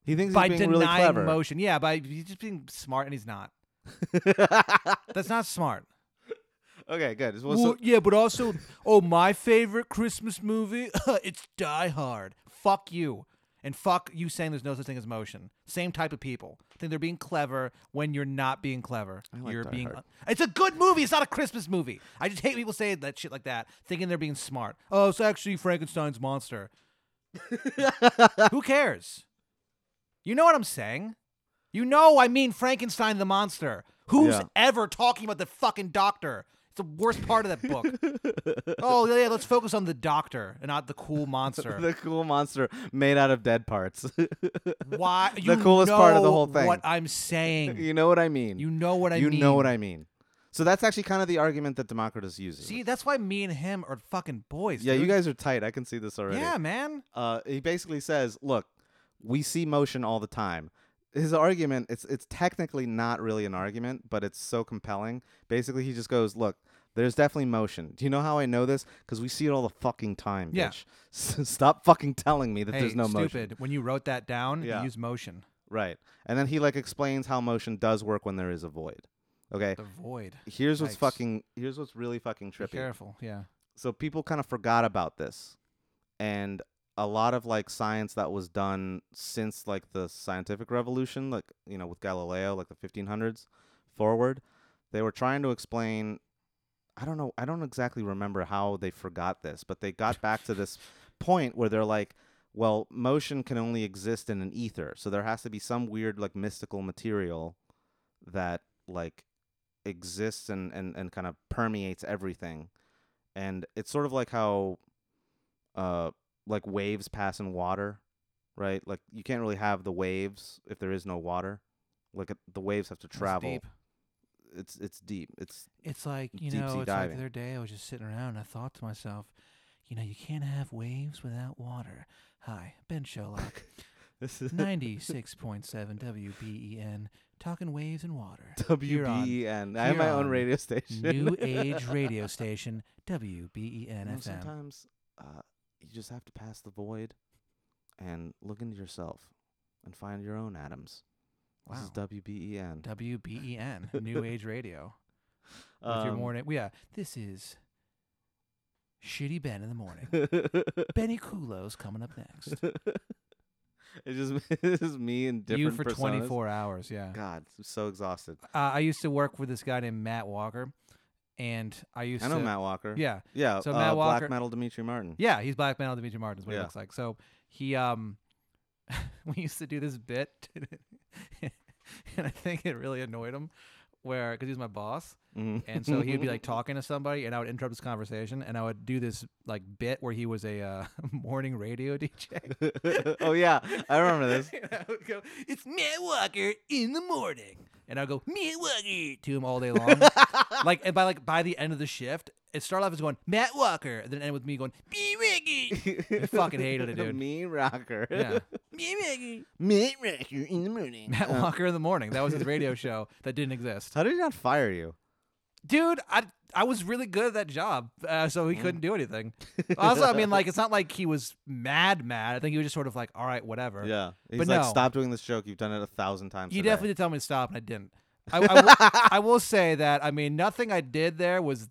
he thinks by he's being denying really clever. motion. Yeah, by he's just being smart, and he's not. That's not smart. okay, good. Well, Well, so, yeah, but also, oh, my favorite Christmas movie, it's Die Hard. Fuck you. And fuck you saying there's no such thing as motion. Same type of people. Think they're being clever when you're not being clever. like you're Die being Hard. It's a good movie, it's not a Christmas movie. I just hate people saying that shit like that, thinking they're being smart. Oh, it's actually Frankenstein's monster. Who cares? You know what I'm saying? You know I mean Frankenstein the monster. Who's Yeah. ever talking about the fucking doctor? It's the worst part of that book. oh yeah, let's focus on the doctor and not the cool monster. the cool monster made out of dead parts. Hmm. Why? You coolest part of the know whole thing. What I'm saying. you know what I mean. You know what I You mean. know what I mean. So that's actually kind of the argument that Democritus uses. See, that's why me and him are fucking boys. yeah, you dude. guys are tight. I can see this already. Yeah, man. Uh, he basically says, "Look, we see motion all the time." His argument it's it's technically not really an argument, but it's so compelling. Basically, he just goes, "Look, there's definitely motion. Do you know how I know this? Because we see it all the fucking time, Yeah. bitch. Stop fucking telling me that Hey, there's no stupid. motion." When you wrote that down, Yeah. you used motion. Right. And then he like explains how motion does work when there is a void. Okay. The void. Here's what's Yikes. fucking here's what's really fucking Be trippy. careful. Yeah. so people kind of forgot about this and a lot of like science that was done since like the scientific revolution like you know with galileo like the 1500s forward they were trying to explain I don't know. I don't exactly remember how they forgot this, but they got back to this point where they're like, well, motion can only exist in an ether, so there has to be some weird like mystical material that like exists and and and kind of permeates everything, and it's sort of like how, uh, like waves pass in water, right? Like you can't really have the waves if there is no water. Like it- the waves have to It's travel. deep. It's it's deep. It's It's like you Deep know, sea it's like diving. the other day I was just sitting around and I thought to myself, you know, you can't have waves without water. Hi, Ben Sherlock, this is ninety six point seven WBEN, talking waves and water. Here on WBEN. E I have my own Huron. radio station. New Age radio station E You know, WBEN FM. sometimes uh, you just have to pass the void and look into yourself and find your own atoms. This is E Wow. WBEN. WBEN, E New Age Radio. With your Um, morning, yeah, this is Shitty Ben in the morning. Benny Kulo's coming up next. it's just it's just me and different you for personas. twenty four hours, yeah. God, I'm so exhausted. uh, I used to work with this guy named Matt Walker, and I used I know to Matt Walker. yeah Yeah. So uh, Matt Walker- Black metal Dimitri Martin. yeah he's black man on Dimitri Martin is what he Yeah. looks like. So he um we used to do this bit, and I think it really annoyed him where because he's my boss, Mhm. and so he would be like talking to somebody, and I would interrupt his conversation, and I would do this like bit where he was a uh, morning radio DJ. oh yeah, I remember this. And I would go, it's Matt Walker in the morning. And I'd go, Matt Walker to him all day long. like and by like by the end of the shift, it started off as going, Matt Walker, and then it ended with me going, Me Ricky. I fucking hated it, dude. Me rocker. Yeah. Me rocker. Me rocker in the morning. Matt Uh, Walker in the morning. That was his radio show that didn't exist. How did he not fire you? Dude, I I was really good at that job, uh, so he couldn't do anything. Also, I mean, like, it's not like he was mad, mad. I think he was just sort of like, all right, whatever. Yeah. He's But like, no. stop doing this joke. You've done it a thousand times. You today." definitely did tell me to stop, and I didn't. I, I, will, I will say that I mean nothing I did there was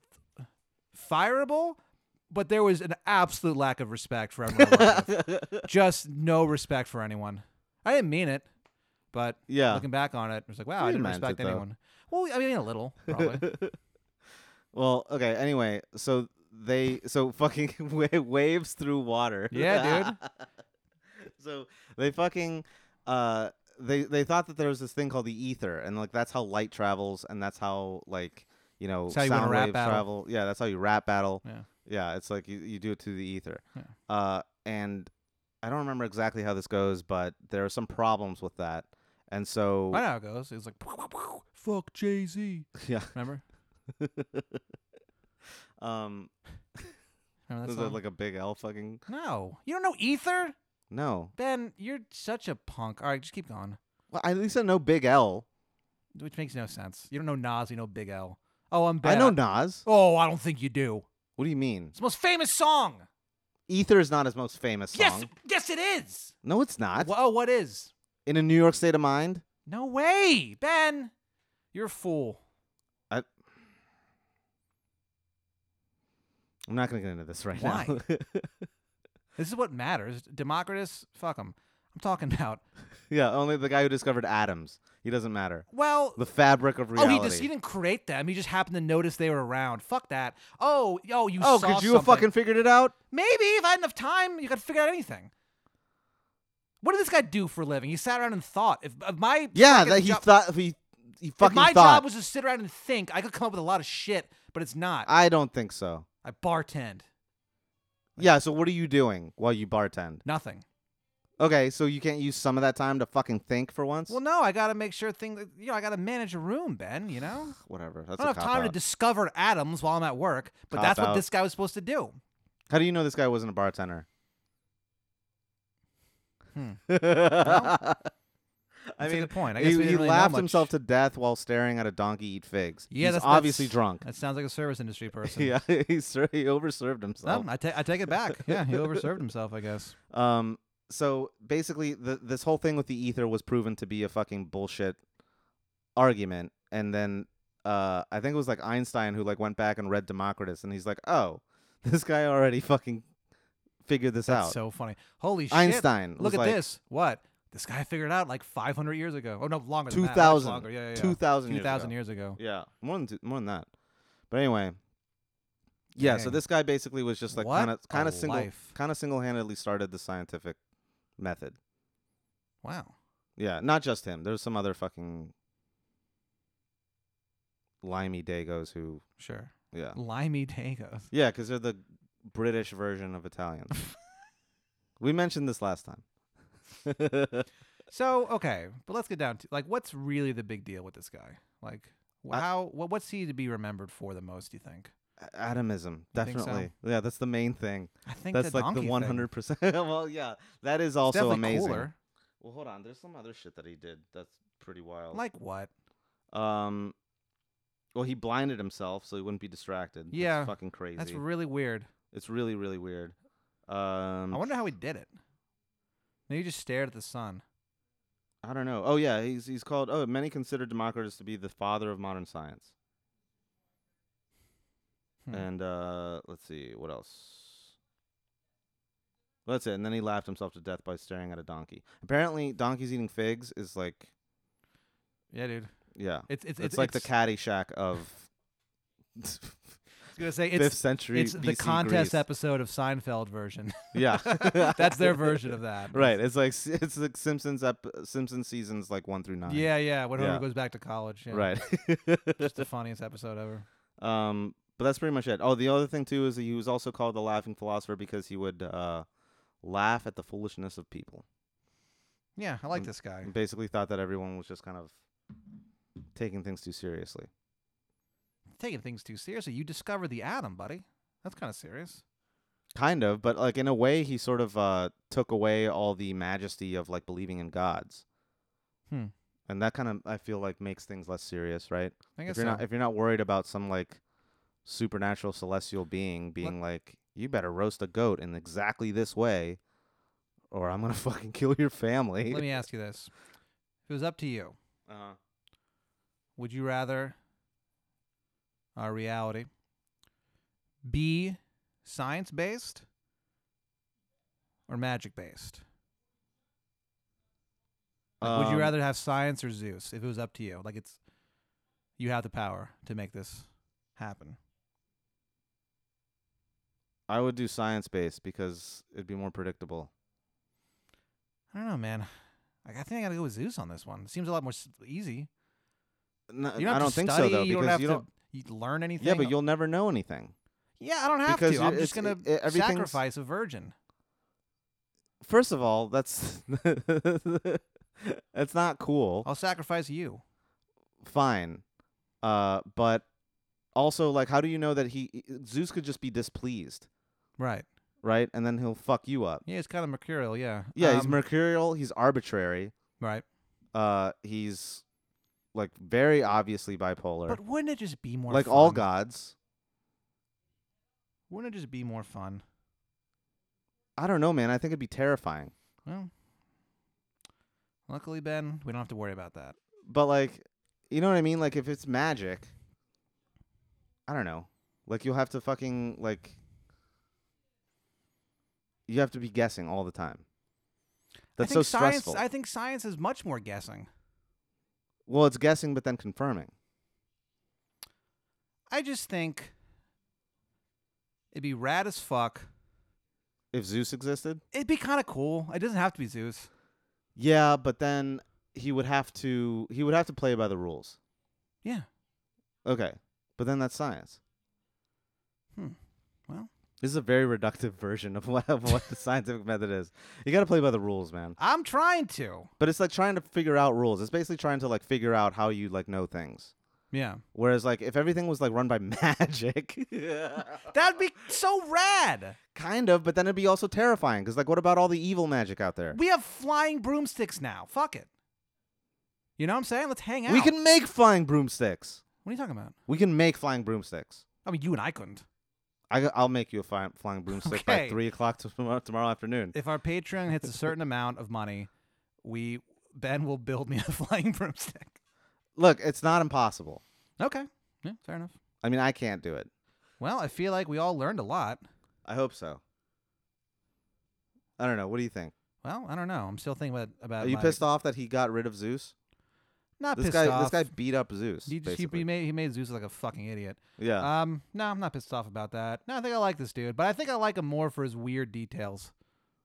fireable, but there was an absolute lack of respect for everyone. I worked with. Just no respect for anyone. I didn't mean it, but Yeah. looking back on it, I was like, wow, I You didn't meant respect it, though. anyone. Well, I mean a little, probably. well, okay. Anyway, so they so fucking wa- waves through water. Yeah, dude. so they fucking uh they they thought that there was this thing called the ether, and like that's how light travels, and that's how like you know That's how you win a sound rap waves battle. travel. Yeah, that's how you rap battle. Yeah. Yeah, it's like you, you do it to the ether. Yeah. Uh, and I don't remember exactly how this goes, but there are some problems with that. And so I know how it goes. It was like, fuck Jay Z. yeah, Remember? um, Remember was that that song? like a big L fucking? no, you don't know Ether, No, Ben. You're such a punk. All right, just keep going. well, at least I know Big L. which makes no sense. You don't know Nas, you know Big L. Oh, I'm I bad. know Nas. Oh, I don't think you do. What do you mean? It's the most famous song. Ether is not his most famous song. Yes, yes, it is. No, it's not. Wha- Oh, what is? In a New York State of Mind. No way, Ben. You're a fool. I'm not gonna get into this right now. This is what matters. Democritus, fuck him. I'm talking about. yeah, only the guy who discovered atoms. He doesn't matter. Well, The fabric of oh, reality. he just he didn't create them. He just happened to notice they were around. Fuck that. Oh, oh, you. oh, saw could you have something. fucking figured it out? Maybe if I had enough time, you could figure out anything. What did this guy do for a living? He sat around and thought. If, if my Yeah, fucking that he job- thought he he fucking if my thought. job was to sit around and think, I could come up with a lot of shit, but it's not. I, I don't think so. bartend. Yeah, so what are you doing while you bartend? Nothing. Okay, so you can't use some of that time to fucking think for once? Well, no, I gotta make sure things. You know, I gotta manage a room, Ben. You know, Whatever. That's I don't a have cop time to out. discover atoms while I'm at work. But that's what Cop-out. this guy was supposed to do. How do you know this guy wasn't a bartender? Hmm. I That's a mean, good point. I guess he, we didn't he really know laughed much. himself to death while staring at a donkey eat figs. Yeah, He's that's obviously that's- drunk. That sounds like a service industry person. Yeah, he, ser- he overserved No, himself. I, ta- I take it back. Yeah, he overserved himself, I guess. Um, so basically, the, this whole thing with the ether was proven to be a fucking bullshit argument. And then uh, I think it was like Einstein who like went back and read Democritus, and he's like, "Oh, this guy already fucking figured this That's out." so funny. Holy shit! Einstein. Look was at like, this. What? This guy figured it out like 500 years ago. Oh no, longer than that. Much 2000. longer. Yeah, yeah, yeah. 2,000 2000 ago. years ago. Yeah, more than two, more than that. But anyway, Yeah, so Dang. this guy basically was just like What kind of kind a of single life. kind of single-handedly started the scientific method. Wow. Yeah, not just him. There's some other fucking limey dagos who Sure. yeah. Limey Dagos. Yeah, cuz they're the British version of Italians. we mentioned this last time. So okay, but let's get down to like what's really the big deal with this guy? Like wh- I- how what what's he to be remembered for the most? Do you think? Atomism, You think so? definitely. Yeah, that's the main thing. I think That's the like the donkey one thing hundred is percent. Well, yeah, that is also definitely amazing. Cooler. Well, hold on. There's some other shit that he did that's pretty wild. Like what? Um, well, he blinded himself so he wouldn't be distracted. That's Yeah, fucking crazy. That's really weird. it's really really weird. Um, I wonder how he did it. Maybe he just stared at the sun. I don't know. Oh yeah, he's he's called. Oh, many consider Democritus to be the father of modern science. Hmm. And uh, let's see what else. Well, that's it. And then he laughed himself to death by staring at a donkey. Apparently, donkeys eating figs is like Yeah, dude. yeah, It's it's it's, like the cat. caddy shack of I was gonna say fifth it's century. it's the BC contest Greece. episode of Seinfeld version. Yeah, That's their version of that. Right. It's like s- it's like Simpsons up Simpsons seasons like one through nine. Yeah, yeah. Whenever Yeah. he goes back to college. Yeah. Right. Just the funniest episode ever. um. But that's pretty much it. Oh, the other thing too is he was also called the laughing philosopher because he would uh, laugh at the foolishness of people. Yeah, I like Mm. this guy. He basically thought that everyone was just kind of taking things too seriously. Taking things too seriously. You discovered the atom, buddy. That's kind of serious. Kind of, but like in a way, he sort of uh, took away all the majesty of like believing in gods. Hmm. And that kind of I feel like makes things less serious, right? I guess if you're so. not if you're not worried about some like supernatural celestial being being like you better roast a goat in exactly this way or i'm gonna fucking kill your family Let me ask you this: If it was up to you, uh-huh. would you rather our reality be science based or magic based? would you Um, rather have science or Zeus? If it was up to you, like it's you have the power to make this happen. i would do science based because it'd be more predictable I don't know, man. Like, I think I gotta go with Zeus on this one. It seems a lot more s- easy. No, You don't i have don't to think so study, though you because don't have you to don't you learn anything. yeah but you'll never know anything Yeah, I don't have because to. I'm you're- just it's- gonna it- everything's- sacrifice a virgin. first of all that's that's not cool I'll sacrifice you. fine uh but also like how do you know that he e, zeus could just be displeased Right. right and then he'll fuck you up Yeah, it's kind of mercurial. Yeah. Yeah, he's Um, mercurial. He's arbitrary. right. Uh, he's like very obviously bipolar, But wouldn't it just be more like all fun? gods. Wouldn't it just be more fun? I don't know, man. I think it'd be terrifying. Well, luckily, Ben, we don't have to worry about that. But like, you know what I mean? Like, if it's magic, I don't know. Like, you'll have to fucking like, you have to be guessing all the time. That's I so think science, stressful. I think science is much more guessing. well, it's guessing, but then confirming. I just think it'd be rad as fuck. If Zeus existed, It'd be kind of cool. It doesn't have to be Zeus. yeah, but then he would have to he would have to play by the rules. Yeah. Okay, but then that's science. Hmm. Well. this is a very reductive version of what of what the scientific method is. You got to play by the rules, man. I'm trying to. But it's like trying to figure out rules. It's basically trying to like figure out how you like know things. Yeah. Whereas like if everything was like run by magic, That'd be so rad. kind of, but then it'd be also terrifying because like what about all the evil magic out there? We have flying broomsticks now. Fuck it. You know what I'm saying? Let's hang out. We can make flying broomsticks. What are you talking about? We can make flying broomsticks. I mean, you and I couldn't. I, I'll make you a fly, flying broomstick by Okay. three o'clock tomorrow, tomorrow afternoon. If our Patreon hits a certain amount of money, we Ben will build me a flying broomstick. Look, it's not impossible. Okay. Yeah, fair enough. I mean, I can't do it. Well, I feel like we all learned a lot. I hope so. I don't know. What do you think? Well, I don't know. I'm still thinking about about. Are you my- pissed off that he got rid of Zeus? Not This pissed guy, off. this guy beat up Zeus. he just he, basically. he made he made Zeus like a fucking idiot. yeah, Um, no, I'm not pissed off about that. No, I think I like this dude, but I think I like him more for his weird details.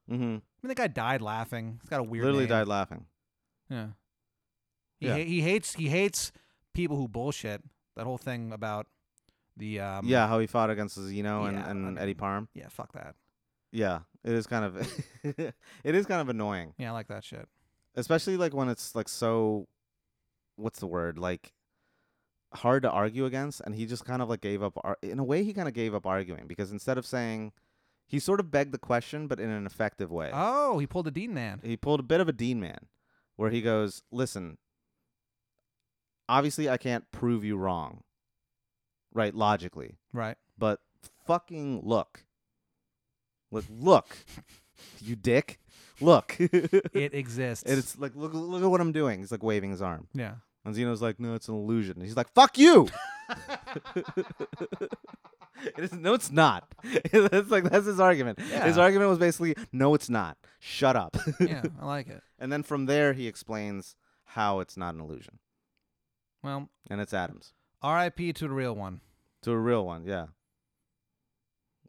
mm-hmm. I mean, the guy died laughing. He's got a weird. literally name. died laughing. Yeah. He, Yeah. ha- he hates he hates people who bullshit. That whole thing about the um yeah, how he fought against Zeno and, yeah, I and Eddie mean- Parm. yeah fuck that Yeah, it is kind of it is kind of annoying, yeah I like that shit especially like when it's like so what's the word? Like hard to argue against and he just kind of like gave up ar- in a way he kind of gave up arguing because instead of saying he sort of begged the question but in an effective way. oh he pulled a Dean man he pulled a bit of a Dean man where he goes, Listen, obviously I can't prove you wrong, right? Logically, right but fucking look. Look, look, you dick. Look. and it exists it's like, look, look at what I'm doing. He's like waving his arm. yeah And Zeno's like, no, it's an illusion. And he's like, fuck you. it is, no, it's not. that's like, that's his argument. His Yeah. argument was basically, no, it's not. Shut up. yeah I like it And then from there, he explains how it's not an illusion. well And it's Adams. R.I.P. to the real one To a real one, yeah.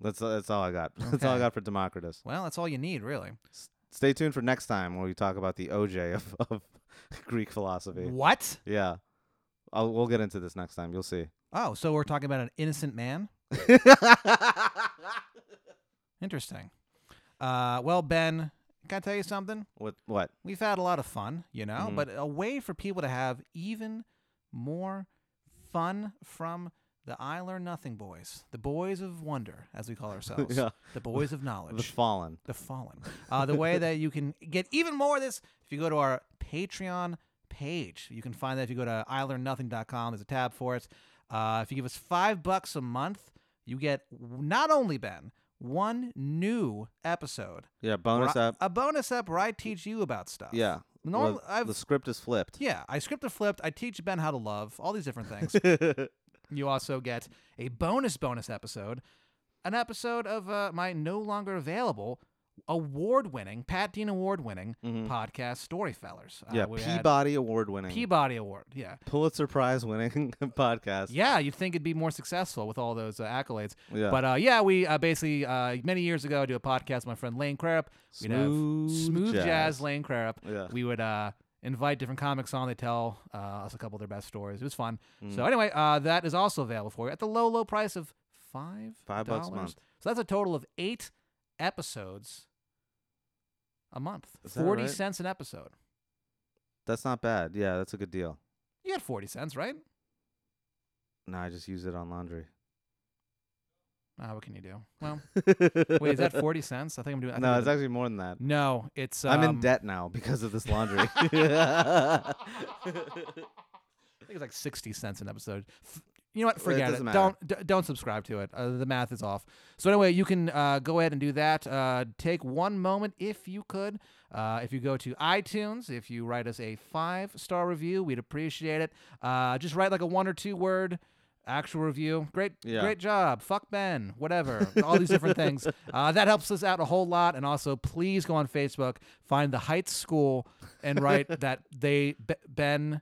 That's, that's all I got. That's all I Okay. got for Democritus. well that's all you need really Stay tuned for next time when we talk about the OJ of, of Greek philosophy. what Yeah. I'll, we'll get into this next time. You'll see. oh so we're talking about an innocent man interesting uh well Ben can I tell you something what? What? we've had a lot of fun, you know, Mhm. but a way for people to have even more fun from the I Learn Nothing boys, the boys of wonder, as we call ourselves, Yeah. the boys of The knowledge, Fallen. the fallen. Uh, the way that you can get even more of this if you go to our Patreon page. You can find that if you go to ilearnnothing.com. There's a tab for it. Uh, if you give us five bucks a month, you get not only Ben one new episode, Yeah. Bonus where I- up. a bonus up where I teach you about stuff. Yeah. Norm- Well, I've- the script is flipped. Yeah, I script a flipped. I teach Ben how to love, all these different things. you also get a bonus bonus episode, an episode of uh, my no longer available award winning, Pat Dean award winning Mhm. podcast Story Fellers. Uh, Yeah. we had Peabody Award winning, Peabody Award. Yeah. Pulitzer Prize winning podcast. Yeah, you'd think it'd be more successful with all those uh, accolades. Yeah. But uh, yeah, we uh, basically, uh, many years ago, I do a podcast with my friend Lane Crarup. We'd have Smooth smooth jazz, jazz. Lane Crarup. Yeah. We would uh, invite different comics on. They tell uh, us a couple of their best stories. It was fun. Mm-hmm. Mm. So anyway, uh, that is also available for you at the low, low price of five Five bucks a month. So that's a total of eight episodes a month. Is that forty right? cents an episode. That's not bad. Yeah. That's a good deal. You get forty cents, right? No, I just use it on laundry. Ah, what can you do? Well, wait, is that forty cents? I think I'm doing. I think no, I'm it's doing- actually more than that. no, it's. Um, I'm in debt now because of this laundry. I think it's like sixty cents an episode. F- You know what? Well, it Forget it. doesn't matter. Don't d- don't subscribe to it. Uh, the math is off. So anyway, you can uh, go ahead and do that. Uh, take one moment if you could. Uh, if you go to iTunes, if you write us a five star review, we'd appreciate it. Uh, just write like a one or two word actual review. Great, Yeah. great job. Fuck Ben. Whatever. All these different things. Uh, that helps us out a whole lot. And also, please go on Facebook, find the Heights School, and write that they Be- Ben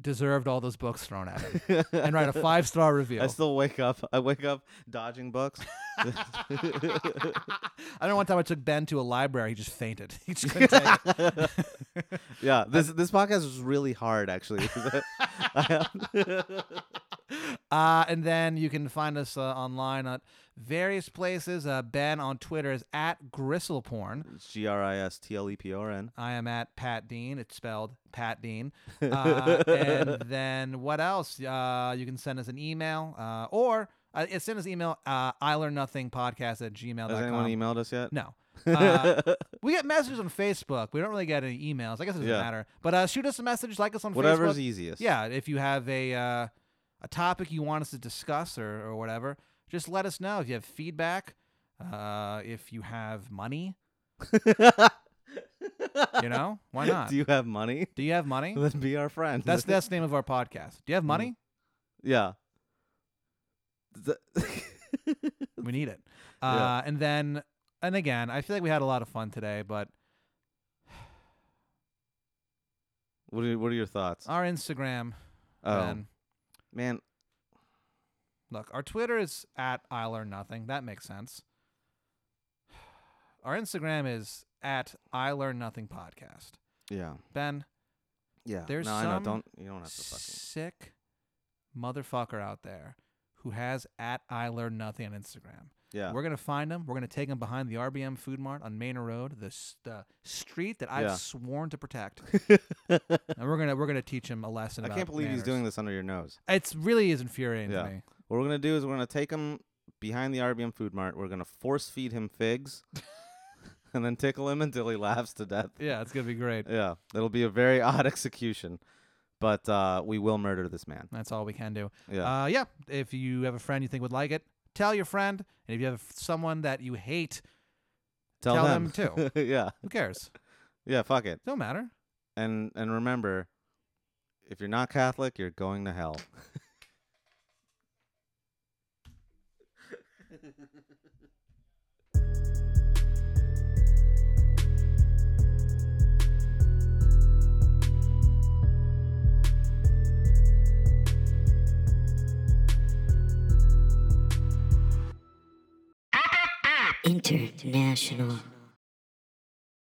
deserved all those books thrown at him and write a five star review. I still wake up. I wake up dodging books. I know one time I took Ben to a library, he just fainted. He just couldn't take it. Yeah, this this podcast is really hard actually. Uh, and then you can find us uh, online at various places. Uh, ben on Twitter is at gristleporn. G R I S T L E P O R N. I am at Pat Dean. It's spelled Pat Dean. Uh, and then what else? Uh, you can send us an email uh, or uh, yeah, send us an email, uh, I learn nothing podcast at gmail.com. Has anyone emailed us yet? No. Uh, we get messages on Facebook. We don't really get any emails. I guess it doesn't Yeah. matter. But uh, shoot us a message, like us on Whatever's Facebook. easiest. Yeah, if you have a uh, a topic you want us to discuss or, or whatever, just let us know. If you have feedback, uh, if you have money, you know, why not? Do you have money? Do you have money? Then be our friend. That's that's the name of our podcast. Do you have money? yeah. Th- We need Mm. it. Yeah. Uh, And then and again, I feel like we had a lot of fun today, but What are, what are your thoughts? Our Instagram, oh man. man, Look, our Twitter is at I Learn Nothing. That makes sense. Our Instagram is at I Learn Nothing Podcast. yeah, Ben, yeah. There's no, I know. some Don't you don't have to fucking. sick motherfucker out there who has at I Learn Nothing on Instagram. Yeah, We're gonna find him. We're gonna take him behind the RBM Food Mart on Manor Road, the, s- the street that I've Yeah. sworn to protect. and we're gonna we're gonna teach him a lesson. I about can't believe he's manners. doing this under your nose. It's really is infuriating Yeah. to me. What we're gonna do is we're gonna take him behind the RBM Food Mart. We're gonna force feed him figs, and then tickle him until he laughs to death. Yeah, it's gonna be great. Yeah, it'll be a very odd execution, but uh, we will murder this man. That's all we can do. Yeah, Uh, yeah. If you have a friend you think would like it, tell your friend. And if you have someone that you hate, tell, tell him. them yeah, who cares? yeah. Fuck it. Don't matter. And and remember, if you're not Catholic, you're going to hell. International.